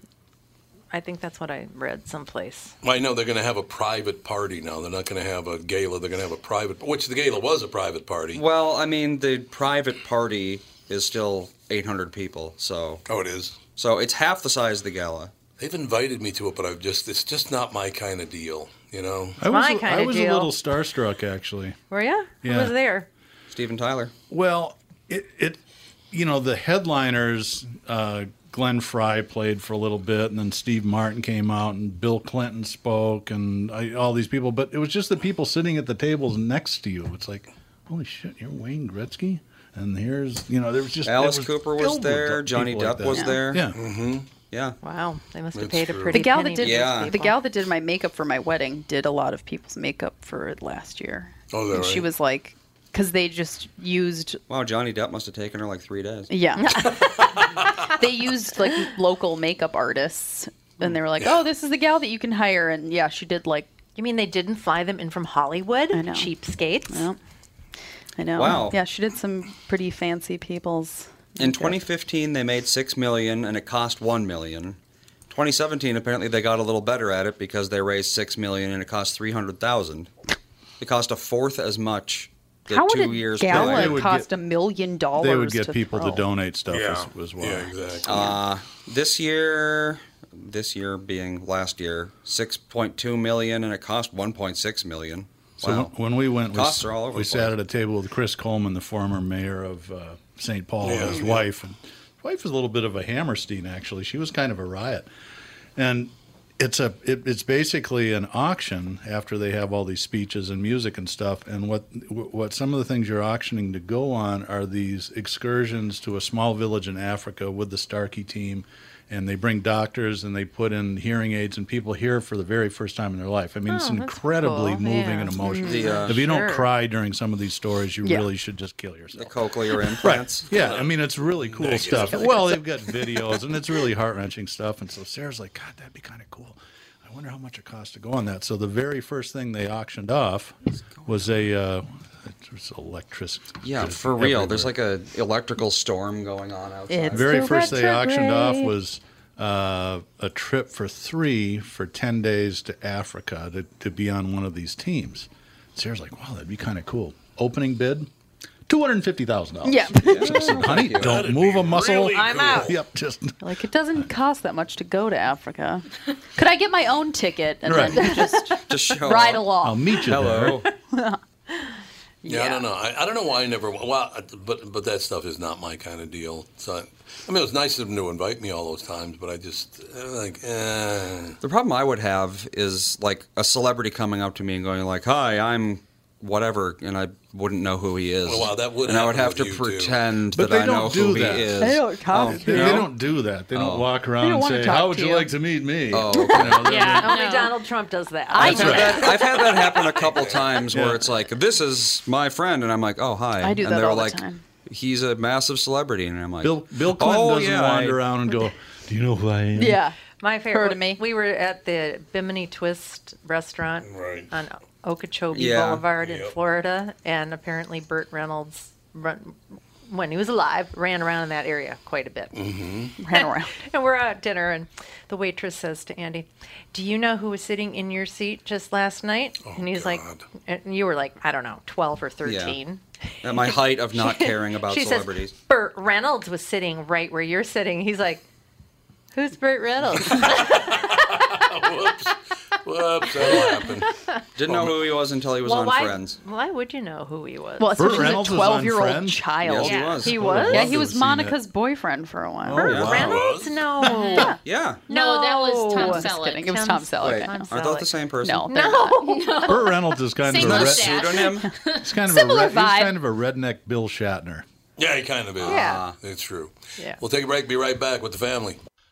I think that's what I read someplace.
Well, I know they're going to have a private party now. They're not going to have a gala. They're going to have a private, which the gala was a private party.
Well, I mean, the private party is still 800 people, so.
Oh, it is.
So it's half the size of the gala.
They've invited me to it, but I've just, it's just not my kind of deal, you know?
I was,
my
a-
kinda
I was a
deal.
little starstruck, actually.
Were you?
Yeah.
Who was there?
Steven Tyler.
Well, it, it you know, the headliners, uh, Glenn Fry played for a little bit, and then Steve Martin came out, and Bill Clinton spoke, and I, all these people. But it was just the people sitting at the tables next to you. It's like, holy shit, you're Wayne Gretzky, and here's you know, there was just
Alice
it was
Cooper
filled
was
with
there.
people
Johnny
like
Depp
that.
was there.
Yeah.
Mm-hmm. Yeah.
Wow, they must have
That's
paid a
true.
pretty
the gal
penny
that did
for these
my, the
people.
gal that did my makeup for my wedding did a lot of people's makeup for last year.
Oh, is that
and She
right?
was like, because they just used
Wow, Johnny Depp must have taken her like three days.
yeah, they used like local makeup artists, and they were like, oh, this is the gal that you can hire, and yeah, she did like.
You mean they didn't fly them in from Hollywood? I know. Cheapskates.
I know.
Wow.
Yeah, she did some pretty fancy people's.
In
makeup.
2015, they made six million, and it cost one million. 2017, apparently they got a little better at it because they raised six million, and it cost three hundred thousand. It cost a fourth as much. The
How would
two
a
years prior.
gallon cost a million dollars?
They would get
to
people
throw?
to donate stuff as, as well.
Uh, this year, this year being last year, six point two million, and it cost one point six million.
So
wow.
when, when we went, we,
costs
s-
are all over.
we
the
sat
place.
at a table with Chris Coleman, the former mayor of uh, St. Paul,
Yeah,
and his
yeah.
wife. And his wife was a little bit of a Hammerstein, actually. She was kind of a riot, and it's a it, it's basically an auction after they have all these speeches and music and stuff. And what what some of the things you're auctioning to go on are these excursions to a small village in Africa with the Starkey team. And they bring doctors and they put in hearing aids, and people hear for the very first time in their life. I mean, it's
Oh, that's
incredibly
cool.
moving
Yeah.
and emotional.
The, uh,
if you don't
Sure.
cry during some of these stories, you
Yeah.
really should just kill yourself.
The cochlear implants.
Right. Yeah, I mean, it's really cool
Negative.
stuff. Well, they've got videos, and it's really heart wrenching stuff. And so Sarah's like, God, that'd be kind of cool. I wonder how much it costs to go on that. So the very first thing they auctioned off was a uh, it was electricity.
Yeah, for real. There's like a electrical storm going on outside.
very first they auctioned off was uh, a trip for three for 10 days to Africa to, to be on one of these teams. Sarah's like, wow, that'd be kind of cool. Opening bid, $250,000.
Yeah.
So I said, honey,
Thank you.
don't move a muscle.
really I'm cool. out.
Yep, just
Like it doesn't cost that much to go to Africa. Could I get my own ticket and then
Right.
just
Just
show Ride up. along.
I'll meet you
Hello.
there.
Yeah, I don't know. I, I don't know why I never. Well, I- but but that stuff is not my kind of deal. So, I, I mean, it was nice of them to invite me all those times, but I just uh, like, eh.
The problem I would have is like a celebrity coming up to me and going like, "Hi, I'm whatever," and I wouldn't know who he is.
Well, wow, that would
And I would have
happen
to
with you, too.
pretend
But
that
they
I
don't
know
do
who
that.
he is.
They don't come
Oh,
to
They,
you
they
know?
don't do that. They don't
Oh.
walk
They
around
don't
and
wanna
say,
talk
"How would
to
you,
you."
like to meet me?"
Oh,
You know, they're-
Only Donald Trump does that.
Oh, I
I've
do
had,
that.
that, I've had that happen a couple times where it's like, "This is my friend," and I'm like, "Oh, hi,"
I do
and
that
they're
all the
like,
time.
"He's a massive celebrity," and I'm like,
Bill Bill Clinton
"Oh,
doesn't
yeah,
wander
I-
around and go, "Do you know who I am?"
My favorite.
Heard of
was- We were at the Bimini Twist restaurant on Okeechobee
Yeah.
Boulevard in
Yep.
Florida, and apparently Burt Reynolds, run, when he was alive, ran around in that area quite a bit.
ran around.
And we're out at dinner, and the waitress says to Andy, "Do you know who was sitting in your seat just last night?" and he's like, "And you were like, I don't know, twelve or
Yeah.
thirteen.
At my height of not caring about
she
celebrities.
Says, Burt Reynolds was sitting right where you're sitting. He's like, Who's Burt Reynolds?
Whoops, that happened.
Didn't know who he was until he was on
why,
Friends.
Why would you know who he was?
Well, it's
Burt
because he's
Reynolds
a
was on
12 year old
Friends?
child.
Yes,
He
he was. I would've
was? Yeah,
loved
he
to
was
have seen
Monica's boyfriend for a while.
Oh, yeah.
Reynolds? No.
yeah.
No, that was Tom
Just
Selleck.
kidding. It was Tom Selleck. I know.
Aren't those the same person?
No.
No.
Burt Reynolds is kind
Same
of a red,
mustache.
Pseudonym?
he's kind of
Similar
a red,
vibe.
he's kind of a redneck Bill Shatner.
Yeah, he kind of is. Uh,
Yeah.
It's true.
Yeah.
We'll take a break. Be right back with the family.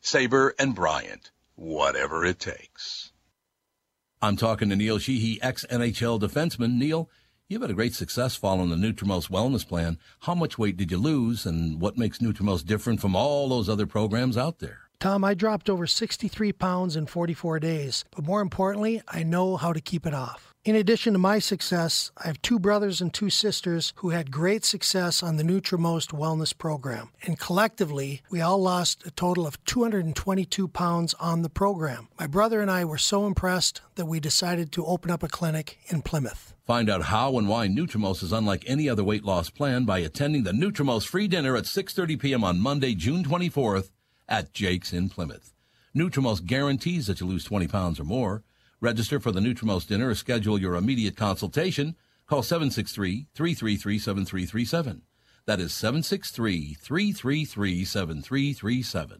Saber and Bryant, whatever it takes.
I'm talking to Neil Sheehy, ex NHL defenseman. Neil, you've had a great success following the Nutrimost wellness plan. How much weight did you lose, and what makes Nutrimost different from all those other programs out there?
Tom, I dropped over 63 pounds in 44 days, but more importantly, I know how to keep it off. In addition to my success, I have two brothers and two sisters who had great success on the Nutrimost Wellness Program, and collectively, we all lost a total of 222 pounds on the program. My brother and I were so impressed that we decided to open up a clinic in Plymouth.
Find out how and why Nutrimos is unlike any other weight loss plan by attending the Nutrimos free dinner at 6:30 p.m. on Monday, June 24th at Jake's in Plymouth. Nutrimos guarantees that you lose 20 pounds or more. Register for the Nutrimos dinner or schedule your immediate consultation. Call 763-333-7337. That is 763-333-7337.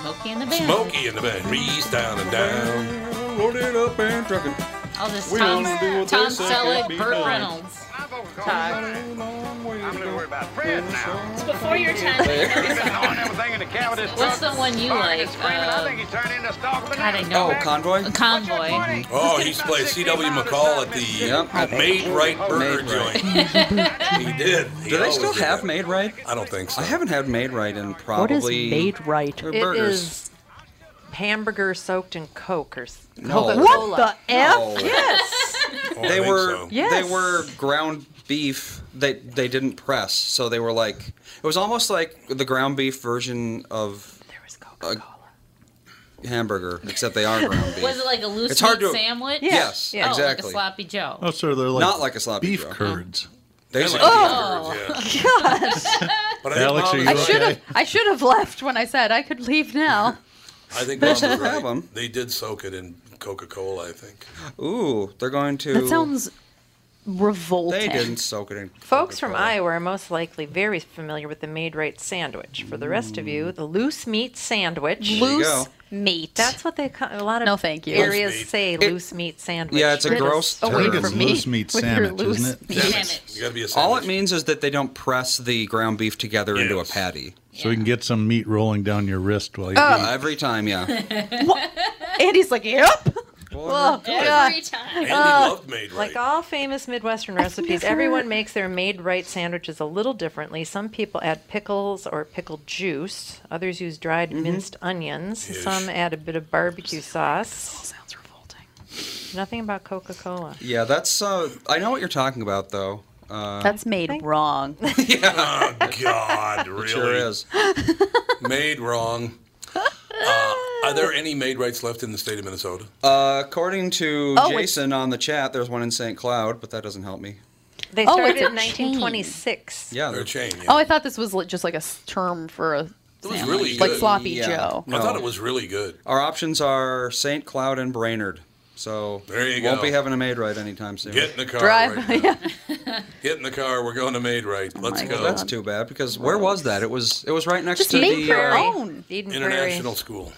Smokey and the Bandit.
Smokey in the band. Reese down and down. Loaded up and trucking.
All this
We
Tom,
only do what
Tom
they say
Selleck,
can't be
Burt
done.
Reynolds.
I'm gonna worry about bread now. It's
before your time.
He's been throwing everything in the cab of this truck.
What's the one you
Barking and
like,
screaming. I
uh,
think he turned into a stalk of
God, I
banana.
know.
Oh, Convoy?
Convoy.
Oh, he's played C.W. McCall at the at Made Right Burger Joint. he did. He
Do they
always
still
did
have
that.
Made Right?
I don't think so.
I haven't had Made Right in
What
probably.
is Made Right?
They're
It
burgers.
is hamburger soaked in Coke or s-
No.
Coca-Cola.
What the No. Oh, F?
Yes.
Oh,
I
they
think
were
so.
Yes.
they were ground beef. They they didn't press, so they were like it was almost like the ground beef version of there was Coca Cola hamburger, except they are ground beef.
Was it like a loose
It's hard
meat
to-
sandwich?
Yeah. Yes,
Oh,
exactly.
Like a sloppy Joe.
Oh, sir, they're like
Not like a sloppy
beef
Joe.
curds.
They used to
Oh, gosh.
But
Alex, are you
I should
okay?
have I should have left when I said I could leave now.
I think
They
Bob
still
was right.
have
They did soak it in Coca Cola. I think.
Ooh, they're going to.
That sounds revolting.
They didn't soak it in.
Folks from Iowa are most likely very familiar with the made right sandwich. For the rest of you, the loose meat sandwich.
There you Loose go.
meat. That's what they ca- a lot of
No, thank you. Loose
areas
meat.
say
It-
loose meat sandwich.
Yeah, it's a
Get us
gross
away
term.
from me with your loose meat.
You gotta be a
All it means is that they don't press the ground beef together into a patty.
So we can get some meat rolling down your wrist while you
Uh,
eat.
every time, yeah.
Andy's like, yep.
Oh,
Every
God.
time. Andy
Oh.
loved Made
Like
Right.
all famous Midwestern recipes,
never-
everyone makes their made right sandwiches a little differently. Some people add pickles or pickled juice. Others use dried minced onions.
Yes.
Some add a bit of barbecue sauce. Sounds revolting. Nothing about Coca Cola.
Yeah, that's. Uh, I know what you're talking about, though. Uh,
made wrong.
Oh, God, really?
sure is.
made wrong. Uh, are there any made rights left in the state of Minnesota?
Uh, according to
Oh, it's-
Jason on the chat, there's one in St. Cloud, but that doesn't help me.
They
Oh,
started
it's a
in 1926.
Yeah, they're
chain.
Oh, I thought this was li- just like a s- term for a
It was
sandwich,
really
like
good.
sloppy
Yeah.
Joe.
I thought it was really good.
Our options are St. Cloud and Brainerd. So
There you
won't
go.
be having a maid right anytime soon.
Get in the car. Right. Get in the car. We're going to made right. Let's
Well,
go.
Oh that's too bad because where was that? It was it was right next
Oh Just
to
make
the
your
uh, Mm-hmm.
own.
Eden Mm-hmm.
International school.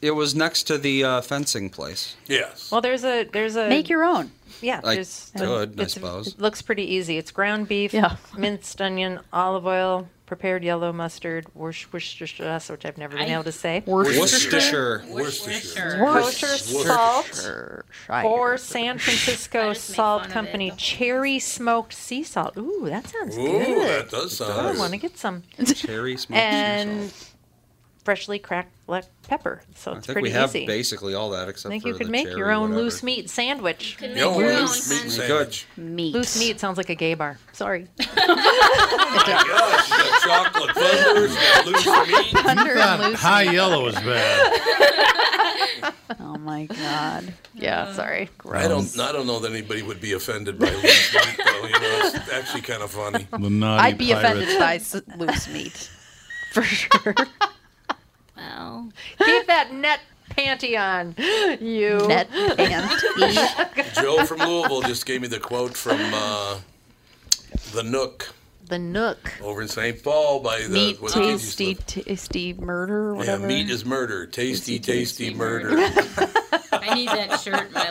It was next to the uh, fencing place.
Yes.
Well, there's a there's a
Make your own.
Yeah,
I
there's
could, I
it's-
suppose.
It looks pretty easy. It's ground beef, minced onion, olive oil, prepared yellow mustard, Worcestershire sauce, which I've never been
I-
able to say.
Worcestershire.
Worcestershire.
Kosher salt
Shire.
or San Francisco Salt Company cherry smoked sea salt. Ooh, that sounds
Ooh,
good.
that does sound
Oh, I
good.
want to get some.
Cherry smoked
and freshly cracked black pepper. So
I
it's
think
pretty
we have
easy.
basically all that
I
except
think
for
you could
the
make
cherry
your own
whatever.
loose meat sandwich.
You could
Your make own your loose own meat sandwich. sandwich.
Meat.
Loose meat sounds like a gay bar. Sorry.
Gosh, you got chocolate thunder, you got loose meat.
Thunder and
Thought
loose
high
meat.
yellow is bad.
Oh my god. Yeah, sorry.
I don't. I don't know that anybody would be offended by loose meat, though. You know, it's actually kind of funny.
I'd be offended by s- loose meat. For sure.
Well,
Keep that net panty on, you.
Net panty.
Joe from Louisville just gave me the quote from uh, the Nook
the Nook.
over in St. Paul by the
meat
where the kids used to
tasty, tasty murder, or
Yeah,
whatever.
meat is murder. Tasty, tasty, murder.
I need that shirt in my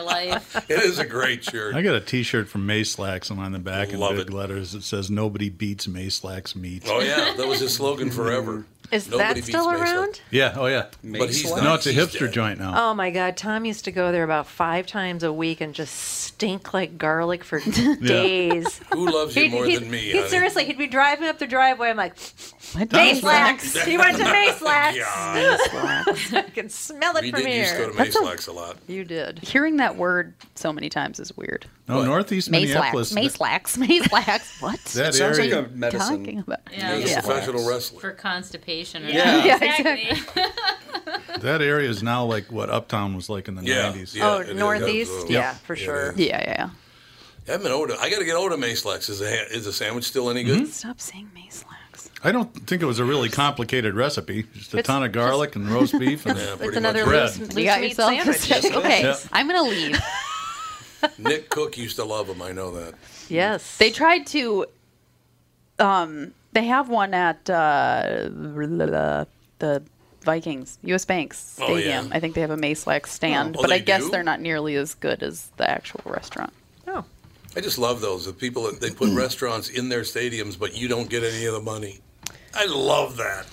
life.
it is a great shirt.
I got a T-shirt from Mayslax, and on the back in
Love
big letters it says "Nobody beats Mayslax meat."
Oh yeah, that was his slogan forever.
Mm-hmm. Is
Nobody
that
beats
still
Mace Lake.
around?
Yeah. Oh yeah.
But he's not.
no, it's a
He's
hipster joint now.
Oh my God, Tom used to go there about five times a week and just stink like garlic for days.
Who loves you
He'd-
more
he'd-
than me?
he'd
honey?
seriously, he'd be driving up the driveway. I'm like,
Tom's
Mace Lax. He went to Mace Lax.
Yeah.
I can smell it
We
from
did
here.
used to go to Mace Lax a lot.
You did. Hearing that word so many times is weird.
No, Northeast Minneapolis.
Mace-lax, Mace-lax, Mace-lax. What?
That It sounds area- like a medicine.
Talking about.
Yeah. He's a professional wrestler.
For constipation. or
Yeah.
something.
Yeah,
exactly.
That area is now like what Uptown was like in the
Yeah,
90s.
yeah, Oh, it is. Northeast?
Yep.
Yeah, for Yeah, sure. it is.
Yeah, yeah.
I haven't ordered. I got to get order Mace Lax. Is the ha- is the sandwich still any
Mm-hmm.
good?
Stop saying Mace
Hmm? I don't think it was a really complicated recipe. Just a
It's
ton of garlic and roast beef and
Yeah, It's
pretty another much.
bread.
loose-
You got
meat
yourself.
sandwiches.
okay,
Yeah.
I'm gonna leave.
Nick Cook used to love him. I know that.
Yes.
They tried to. Um, they have one at uh, the Vikings, U.S. Banks
Oh,
Stadium.
yeah.
I think they have a Mace Lax stand,
Oh,
but I
they
guess
do?
they're not nearly as good as the actual restaurant.
I just love those. The people that they put restaurants in their stadiums, but you don't get any of the money. I love that.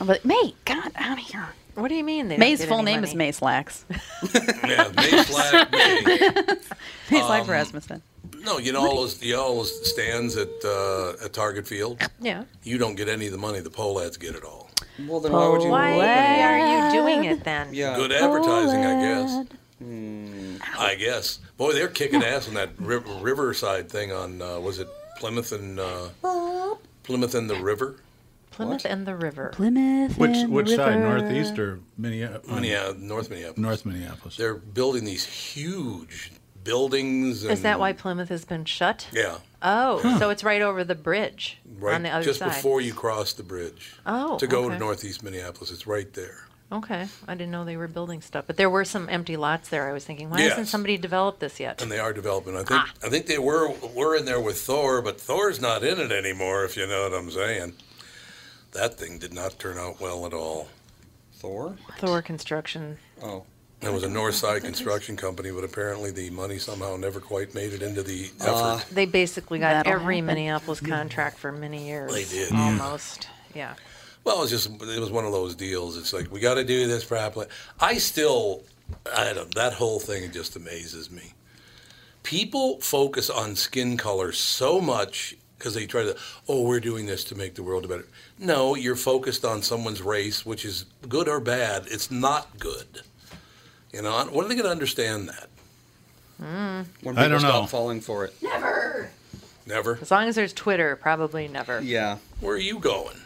I'm like, May, God, out of here.
What do you mean? They don't
May's
get
full
any
name is
money?
Mace Lax.
Yeah, Mace Lax.
Mace Lax
Um,
Rasmussen.
No, you know all those, you know, all those stands at uh, at Target Field.
Yeah.
You don't get any of the money. The poll ads get it all.
Well, then
why
why would you?
Why
open it?
are you doing it then?
Yeah. Hmm.
Good advertising, I guess. I guess. Boy, they're kicking ass on that ri- Riverside thing on uh, was it Plymouth and uh, Plymouth and the River?
Plymouth and the river.
Plymouth.
Which which side, northeast or Minneapolis?
Minnea- North Minneapolis.
North Minneapolis.
They're building these huge buildings. And,
Is that why Plymouth has been shut?
Yeah,
Oh, so it's right over the bridge
right.
on the other
just
side.
before you cross the bridge.
Oh,
To go
okay.
to Northeast Minneapolis, it's right there.
Okay, I didn't know they were building stuff, but there were some empty lots there. I was thinking, why hasn't
Yes.
somebody developed this yet?
And they are developing. I
Ah.
think I think they were were in there with Thor, but Thor's not in it anymore. If you know what I'm saying, that thing did not turn out well at all.
Thor.
Thor Construction.
Oh.
It was a North Side construction company, but apparently the money somehow never quite made it into the effort.
Ah.
They basically got
That'll
every
happen.
Minneapolis contract for many years.
They did, yeah.
almost. Yeah.
Well, it's just it was one of those deals. It's like we got to do this for Apple. I still, I don't. That whole thing just amazes me. People focus on skin color so much because they try to. Oh, we're doing this to make the world better. No, you're focused on someone's race, which is good or bad. It's not good. You know, when are they going to understand that?
Mm.
When
I
people
don't
stop
know.
falling for it.
Never.
Never.
As long as there's Twitter, probably never.
Yeah.
Where are you going?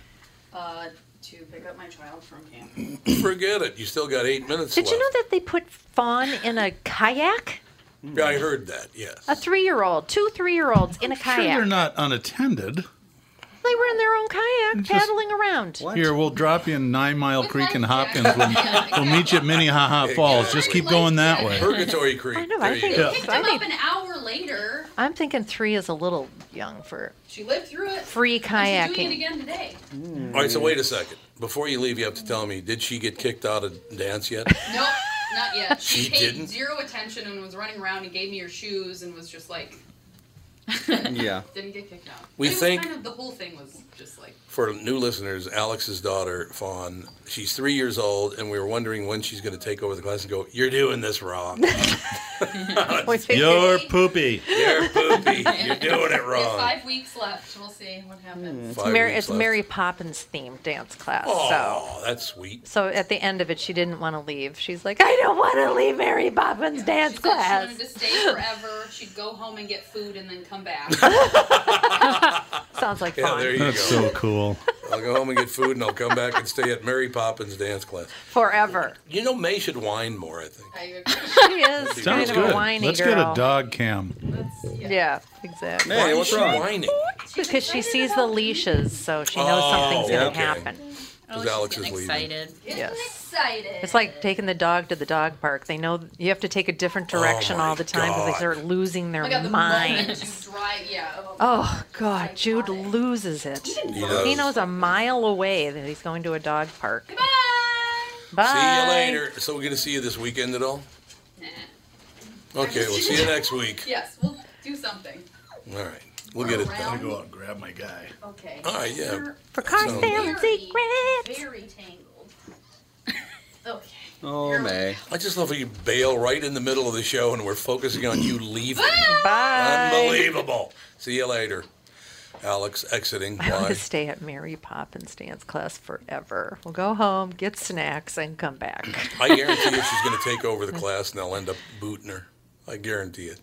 Uh, to pick up my child from camp.
Forget it. You still got eight minutes
Did
left.
you know that they put Fawn in a kayak?
Yeah, I heard that. Yes.
A three-year-old, two three-year-olds in a
Sure,
kayak.
they're not unattended.
They were in their own kayak, paddling around.
Here, we'll drop you in Nine Mile creek in Hopkins. We'll, we'll meet you at Minnehaha Falls. Just keep going that way.
Purgatory Creek.
I know. I think
go.
Picked
I
him up
think-
an hour later.
I'm thinking three is a little young for.
She lived through it.
Free
And she's doing
kayaking.
it again today.
All right, so wait a second. Before you leave, you have to tell me, did she get kicked out of dance yet?
Nope, not yet. She,
She
paid
didn't?
zero attention and was running around and gave me her shoes and was just like,
yeah.
didn't get kicked out.
We
It was
think-
kind of, the whole thing was just like.
For new listeners, Alex's daughter, Fawn, she's three years old, and we were wondering when she's going to take over the class and go, You're doing this wrong.
You're poopy.
You're poopy. You're doing it
We have
wrong.
five weeks left. We'll see what happens.
Mm, It's, Mary, it's Mary Poppins themed dance class.
Oh, that's sweet.
So, so at the end of it, she didn't want to leave. She's like, I don't want to leave Mary Poppins dance
She
class.
wanted to stay forever. She'd go home and get food and then come back.
Oh,
Sounds like
Yeah,
fun.
there you
That's
go.
so cool.
I'll go home and get food, and I'll come back and stay at Mary Poppins dance class.
Forever.
You know, May should whine more, I think.
She is
Sounds
kind of
good.
a whiny
Let's
girl.
get a dog cam.
yeah. exactly.
Hey, Why what's is she wrong? whining?
Because she sees the leashes, so she knows
Oh,
something's going to
okay.
happen.
Oh, 'Cause she's Alex getting is leaving.
excited.
Yes.
excited.
It's like taking the dog to the dog park. They know you have to take a different
Oh
direction all the time because they start losing their
I got Oh the
minds.
moment you drive, yeah.
Oh God, Jude loses it. He
does.
knows a mile away that he's going to a dog park. Bye.
See
Bye.
you later. So we're going to see you this weekend at all? Okay, we'll see you next week.
Yes, we'll do something.
All right, we'll get it done.
Around.
Go out and grab my guy.
Okay.
All right, yeah.
For
Carson
Very,
secrets.
Very tangled. Okay.
Oh, May. I just love how you bail right in the middle of the show and we're focusing on you leaving.
Bye.
Unbelievable. See you later. Alex exiting.
I want
Bye.
to stay at Mary Poppins dance class forever. We'll go home, get snacks, and come back.
I guarantee you she's going to take over the class and they'll end up booting her. I guarantee it.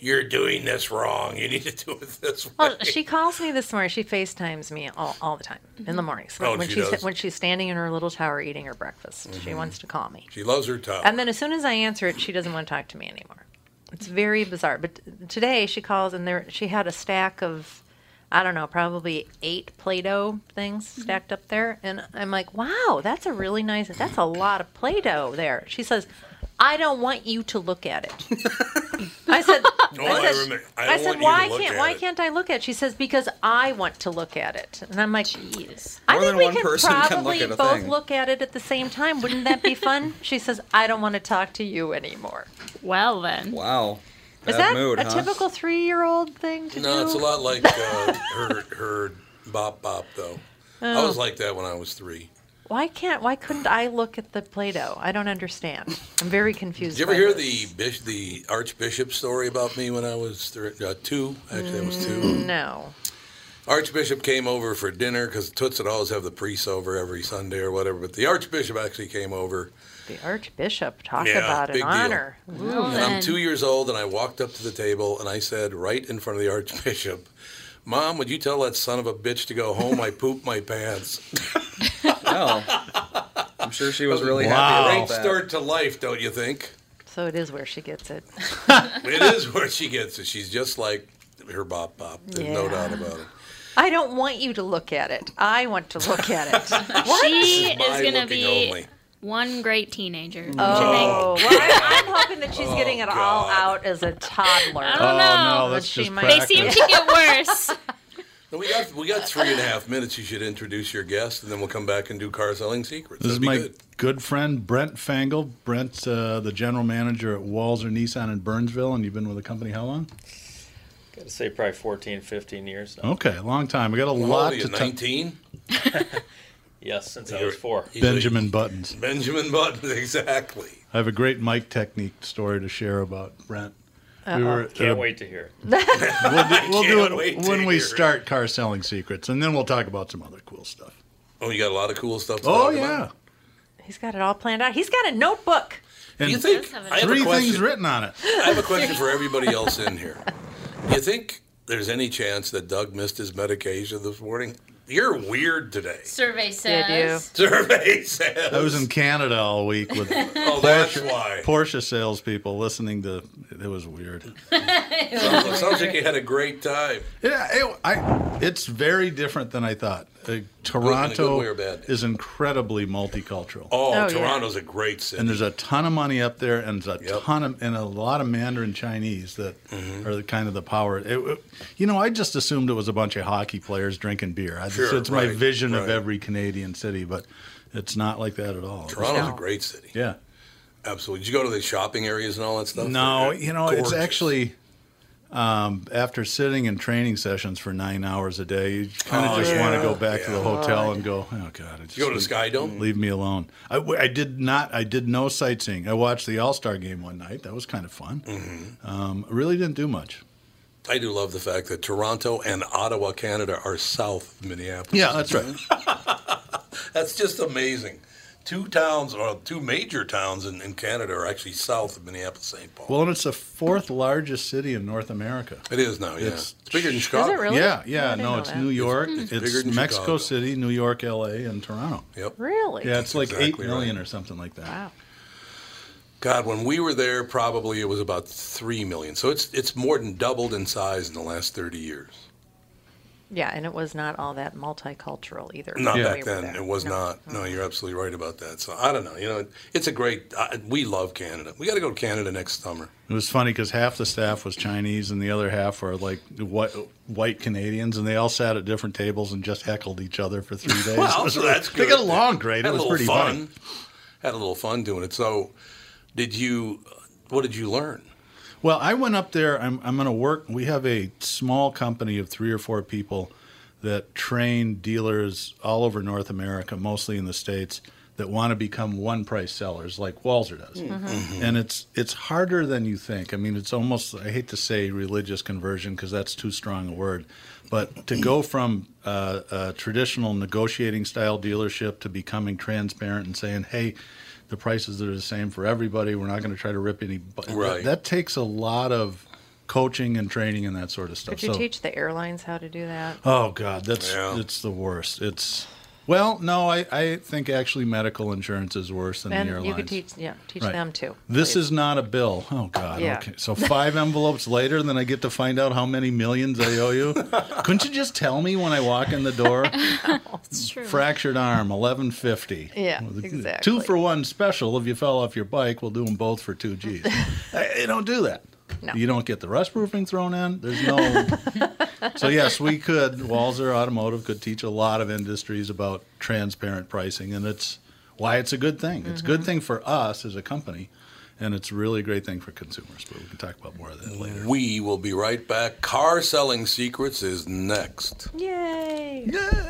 You're doing this wrong. You need to do it this way.
Well, she calls me this morning. She FaceTimes me all, all the time in the mornings.
Oh,
when
she
she's
does?
when she's standing in her little tower eating her breakfast. She
Mhm.
wants to call me.
She loves her tower.
And then as soon as I answer it, she doesn't want to talk to me anymore. It's very bizarre. But t- today she calls and there she had a stack of I don't know, probably eight Play-Doh things stacked up there and I'm like, "Wow, that's a really nice. That's a lot of Play-Doh there." She says, "I don't want you to look at it." I said,
Oh,
I
I
said,
remember. I
I,
don't
said,
want you
why
to look
can't
at
why
it."
can't I look at it? She says, because I want to look at it. And I'm like, jeez. I
More
think
than
we
one
could
person can look
probably
at a
both
thing.
look at it at the same time. Wouldn't that be fun? she says, I don't want to talk to you anymore.
Well then.
Wow.
Is
Bad
that
mood,
a
huh?
typical three year old thing to do?
No, it's a lot like uh, her, her bop bop, though. I was
Oh.
like that when I was three.
Why can't why couldn't I look at the Play Doh? I don't understand. I'm very confused.
Did you ever
by
hear
this.
the bish- the archbishop story about me when I was thir- uh, two? Actually, I was two.
Mm. No.
Archbishop came over for dinner because Toots would always have the priests over every Sunday or whatever. But the archbishop actually came over.
The Archbishop talk
Yeah,
about an
big deal.
honor. Ooh.
and I'm two years old, and I walked up to the table and I said, right in front of the archbishop, "Mom, would you tell that son of a bitch to go home? I pooped my pants."
I'm sure she was really happy
Great
about that.
start to life, don't you think?
So it is where she gets it.
it is where she gets it. She's just like her bop bop. There's no
Yeah.
doubt about it.
I don't want you to look at it. I want to look at it.
She is,
my
gonna
looking
be
only.
One great teenager. don't you
Oh,
think?
well, I'm, I'm hoping that she's getting it all out as a toddler.
Oh,
I
Oh,
don't know.
no,
But
that's
she
just
might-
they seem to get worse.
No, we got we got three and a half minutes. You should introduce your guest, and then we'll come back and do car selling secrets.
This is
That'd be
my
good.
good. friend Brent Fangle. Brent's uh, the general manager at Walzer Nissan in Burnsville, and you've been with the company how long?
Gotta say, probably 14, 15 years. now.
Okay, a long time. We got a
How
lot
old are you,
to talk.
19?
Yes, since I
You're-
was four.
he's a-
Benjamin Buttons.
Benjamin Button, exactly.
I have a great mic technique story to share about Brent. uh,
Uh-oh. Can't wait to hear it.
we'll do, we'll do
Can't wait
it
to
when we
hear it.
start car selling secrets, and then we'll talk about some other cool stuff.
Oh, you got a lot of cool stuff. To
Oh
talk
yeah,
about.
He's got it all planned out. He's got a notebook.
Do you
And
think I have a
three
question.
things written on it?
I have a question for everybody else in here. Do you think there's any chance that Doug missed his medication this morning? You're weird today.
Survey
Yeah, I do.
says.
Survey says.
I was in Canada all week with
Oh, that's why.
Porsche salespeople listening to. It was weird.
Sounds like, sounds like you had a great time.
Yeah, it, I, it's very different than I thought. Uh, Toronto
way or bad?
is incredibly multicultural.
Oh, Toronto's a great city.
And there's a ton of money up there, and there's a ton of and a lot of Mandarin Chinese that
Mm-hmm.
are the kind of the power. It, it- you know, I just assumed it was a bunch of hockey players drinking beer. I just,
Sure,
it's my
right,
vision of
right.
every Canadian city, but it's not like that at all.
Toronto's a great city.
Yeah.
Absolutely. Did you go to the shopping areas and all that stuff?
No,
They're
you know, it's
gorgeous.
actually um, after sitting in training sessions for nine hours a day, you kind of
Oh,
just
yeah.
want to go back to the
Yeah.
hotel
God.
and go, oh god, I just
go to the
leave-
Sky Dome?
Leave me alone. I, w- I did not. I did no sightseeing. I watched the All Star game one night. That was kind of fun.
Mm-hmm.
Um, I really didn't do much.
I do love the fact that Toronto and Ottawa, Canada, are south of Minneapolis.
Yeah, that's right.
That's just amazing. Two towns, or two major towns in, in Canada, are actually south of Minneapolis, St. Paul.
Well, and it's the fourth largest city in North America.
It is now, yeah.
It's-
It's, bigger than Chicago.
Yeah, yeah. No, it's New York.
Hmm.
It's
It's,
bigger than
Mexico
Chicago.
City, New York, L.A., and Toronto.
Yep.
Really?
Yeah, it's
That's
like
exactly
eight million or something like that.
Wow.
God, when we were there, probably it was about three million. So it's it's more than doubled in size in the last thirty years.
Yeah, and it was not all that multicultural either.
Not
when we
back
were
then.
there. Mm-hmm.
It was not. No, you're absolutely right about that. So I don't know. You know, it's a great. I, we love Canada. We got to go to Canada next summer.
It was funny because half the staff was Chinese and the other half were like white, white Canadians, and they all sat at different tables and just heckled each other for three days. It
Well,
was
so
really-
that's good.
They got along great.
Had
It
a
was
little
pretty
fun.
fun.
Had a little fun doing it. So, did you? What did you learn?
Well, I went up there. I'm, I'm going to work. We have a small company of three or four people that train dealers all over North America, mostly in the States, that want to become one price sellers like Walzer does.
Mhm. Mhm.
And it's it's harder than you think. I mean, it's almost, I hate to say religious conversion because that's too strong a word. But to go from uh, a traditional negotiating style dealership to becoming transparent and saying, hey, the prices are the same for everybody. We're not going to try to rip any. bu-
Right.
That takes a lot of coaching and training and that sort of stuff.
Could you
So-
teach the airlines how to do that?
Oh God, that's it's the worst. It's well, no, I, I think actually medical insurance is worse than
and
the airlines.
you could teach, yeah, teach
Right.
them too.
This is not a bill. Oh God.
Yeah.
Okay. So five envelopes later, then I get to find out how many millions I owe you. Couldn't you just tell me when I walk in the door?
It's true.
Fractured arm, eleven fifty.
Yeah,
Two
exactly.
for one special. If you fell off your bike, we'll do them both for two G's. I- I don't do that.
No.
You don't get the rust proofing thrown in. There's no. so yes, we could. Walzer Automotive could teach a lot of industries about transparent pricing, and it's why it's a good thing. It's a
Mm-hmm.
good thing for us as a company, and it's really a great thing for consumers. But we can talk about more of that later.
We will be right back. Car selling secrets is next.
Yay!
Yeah.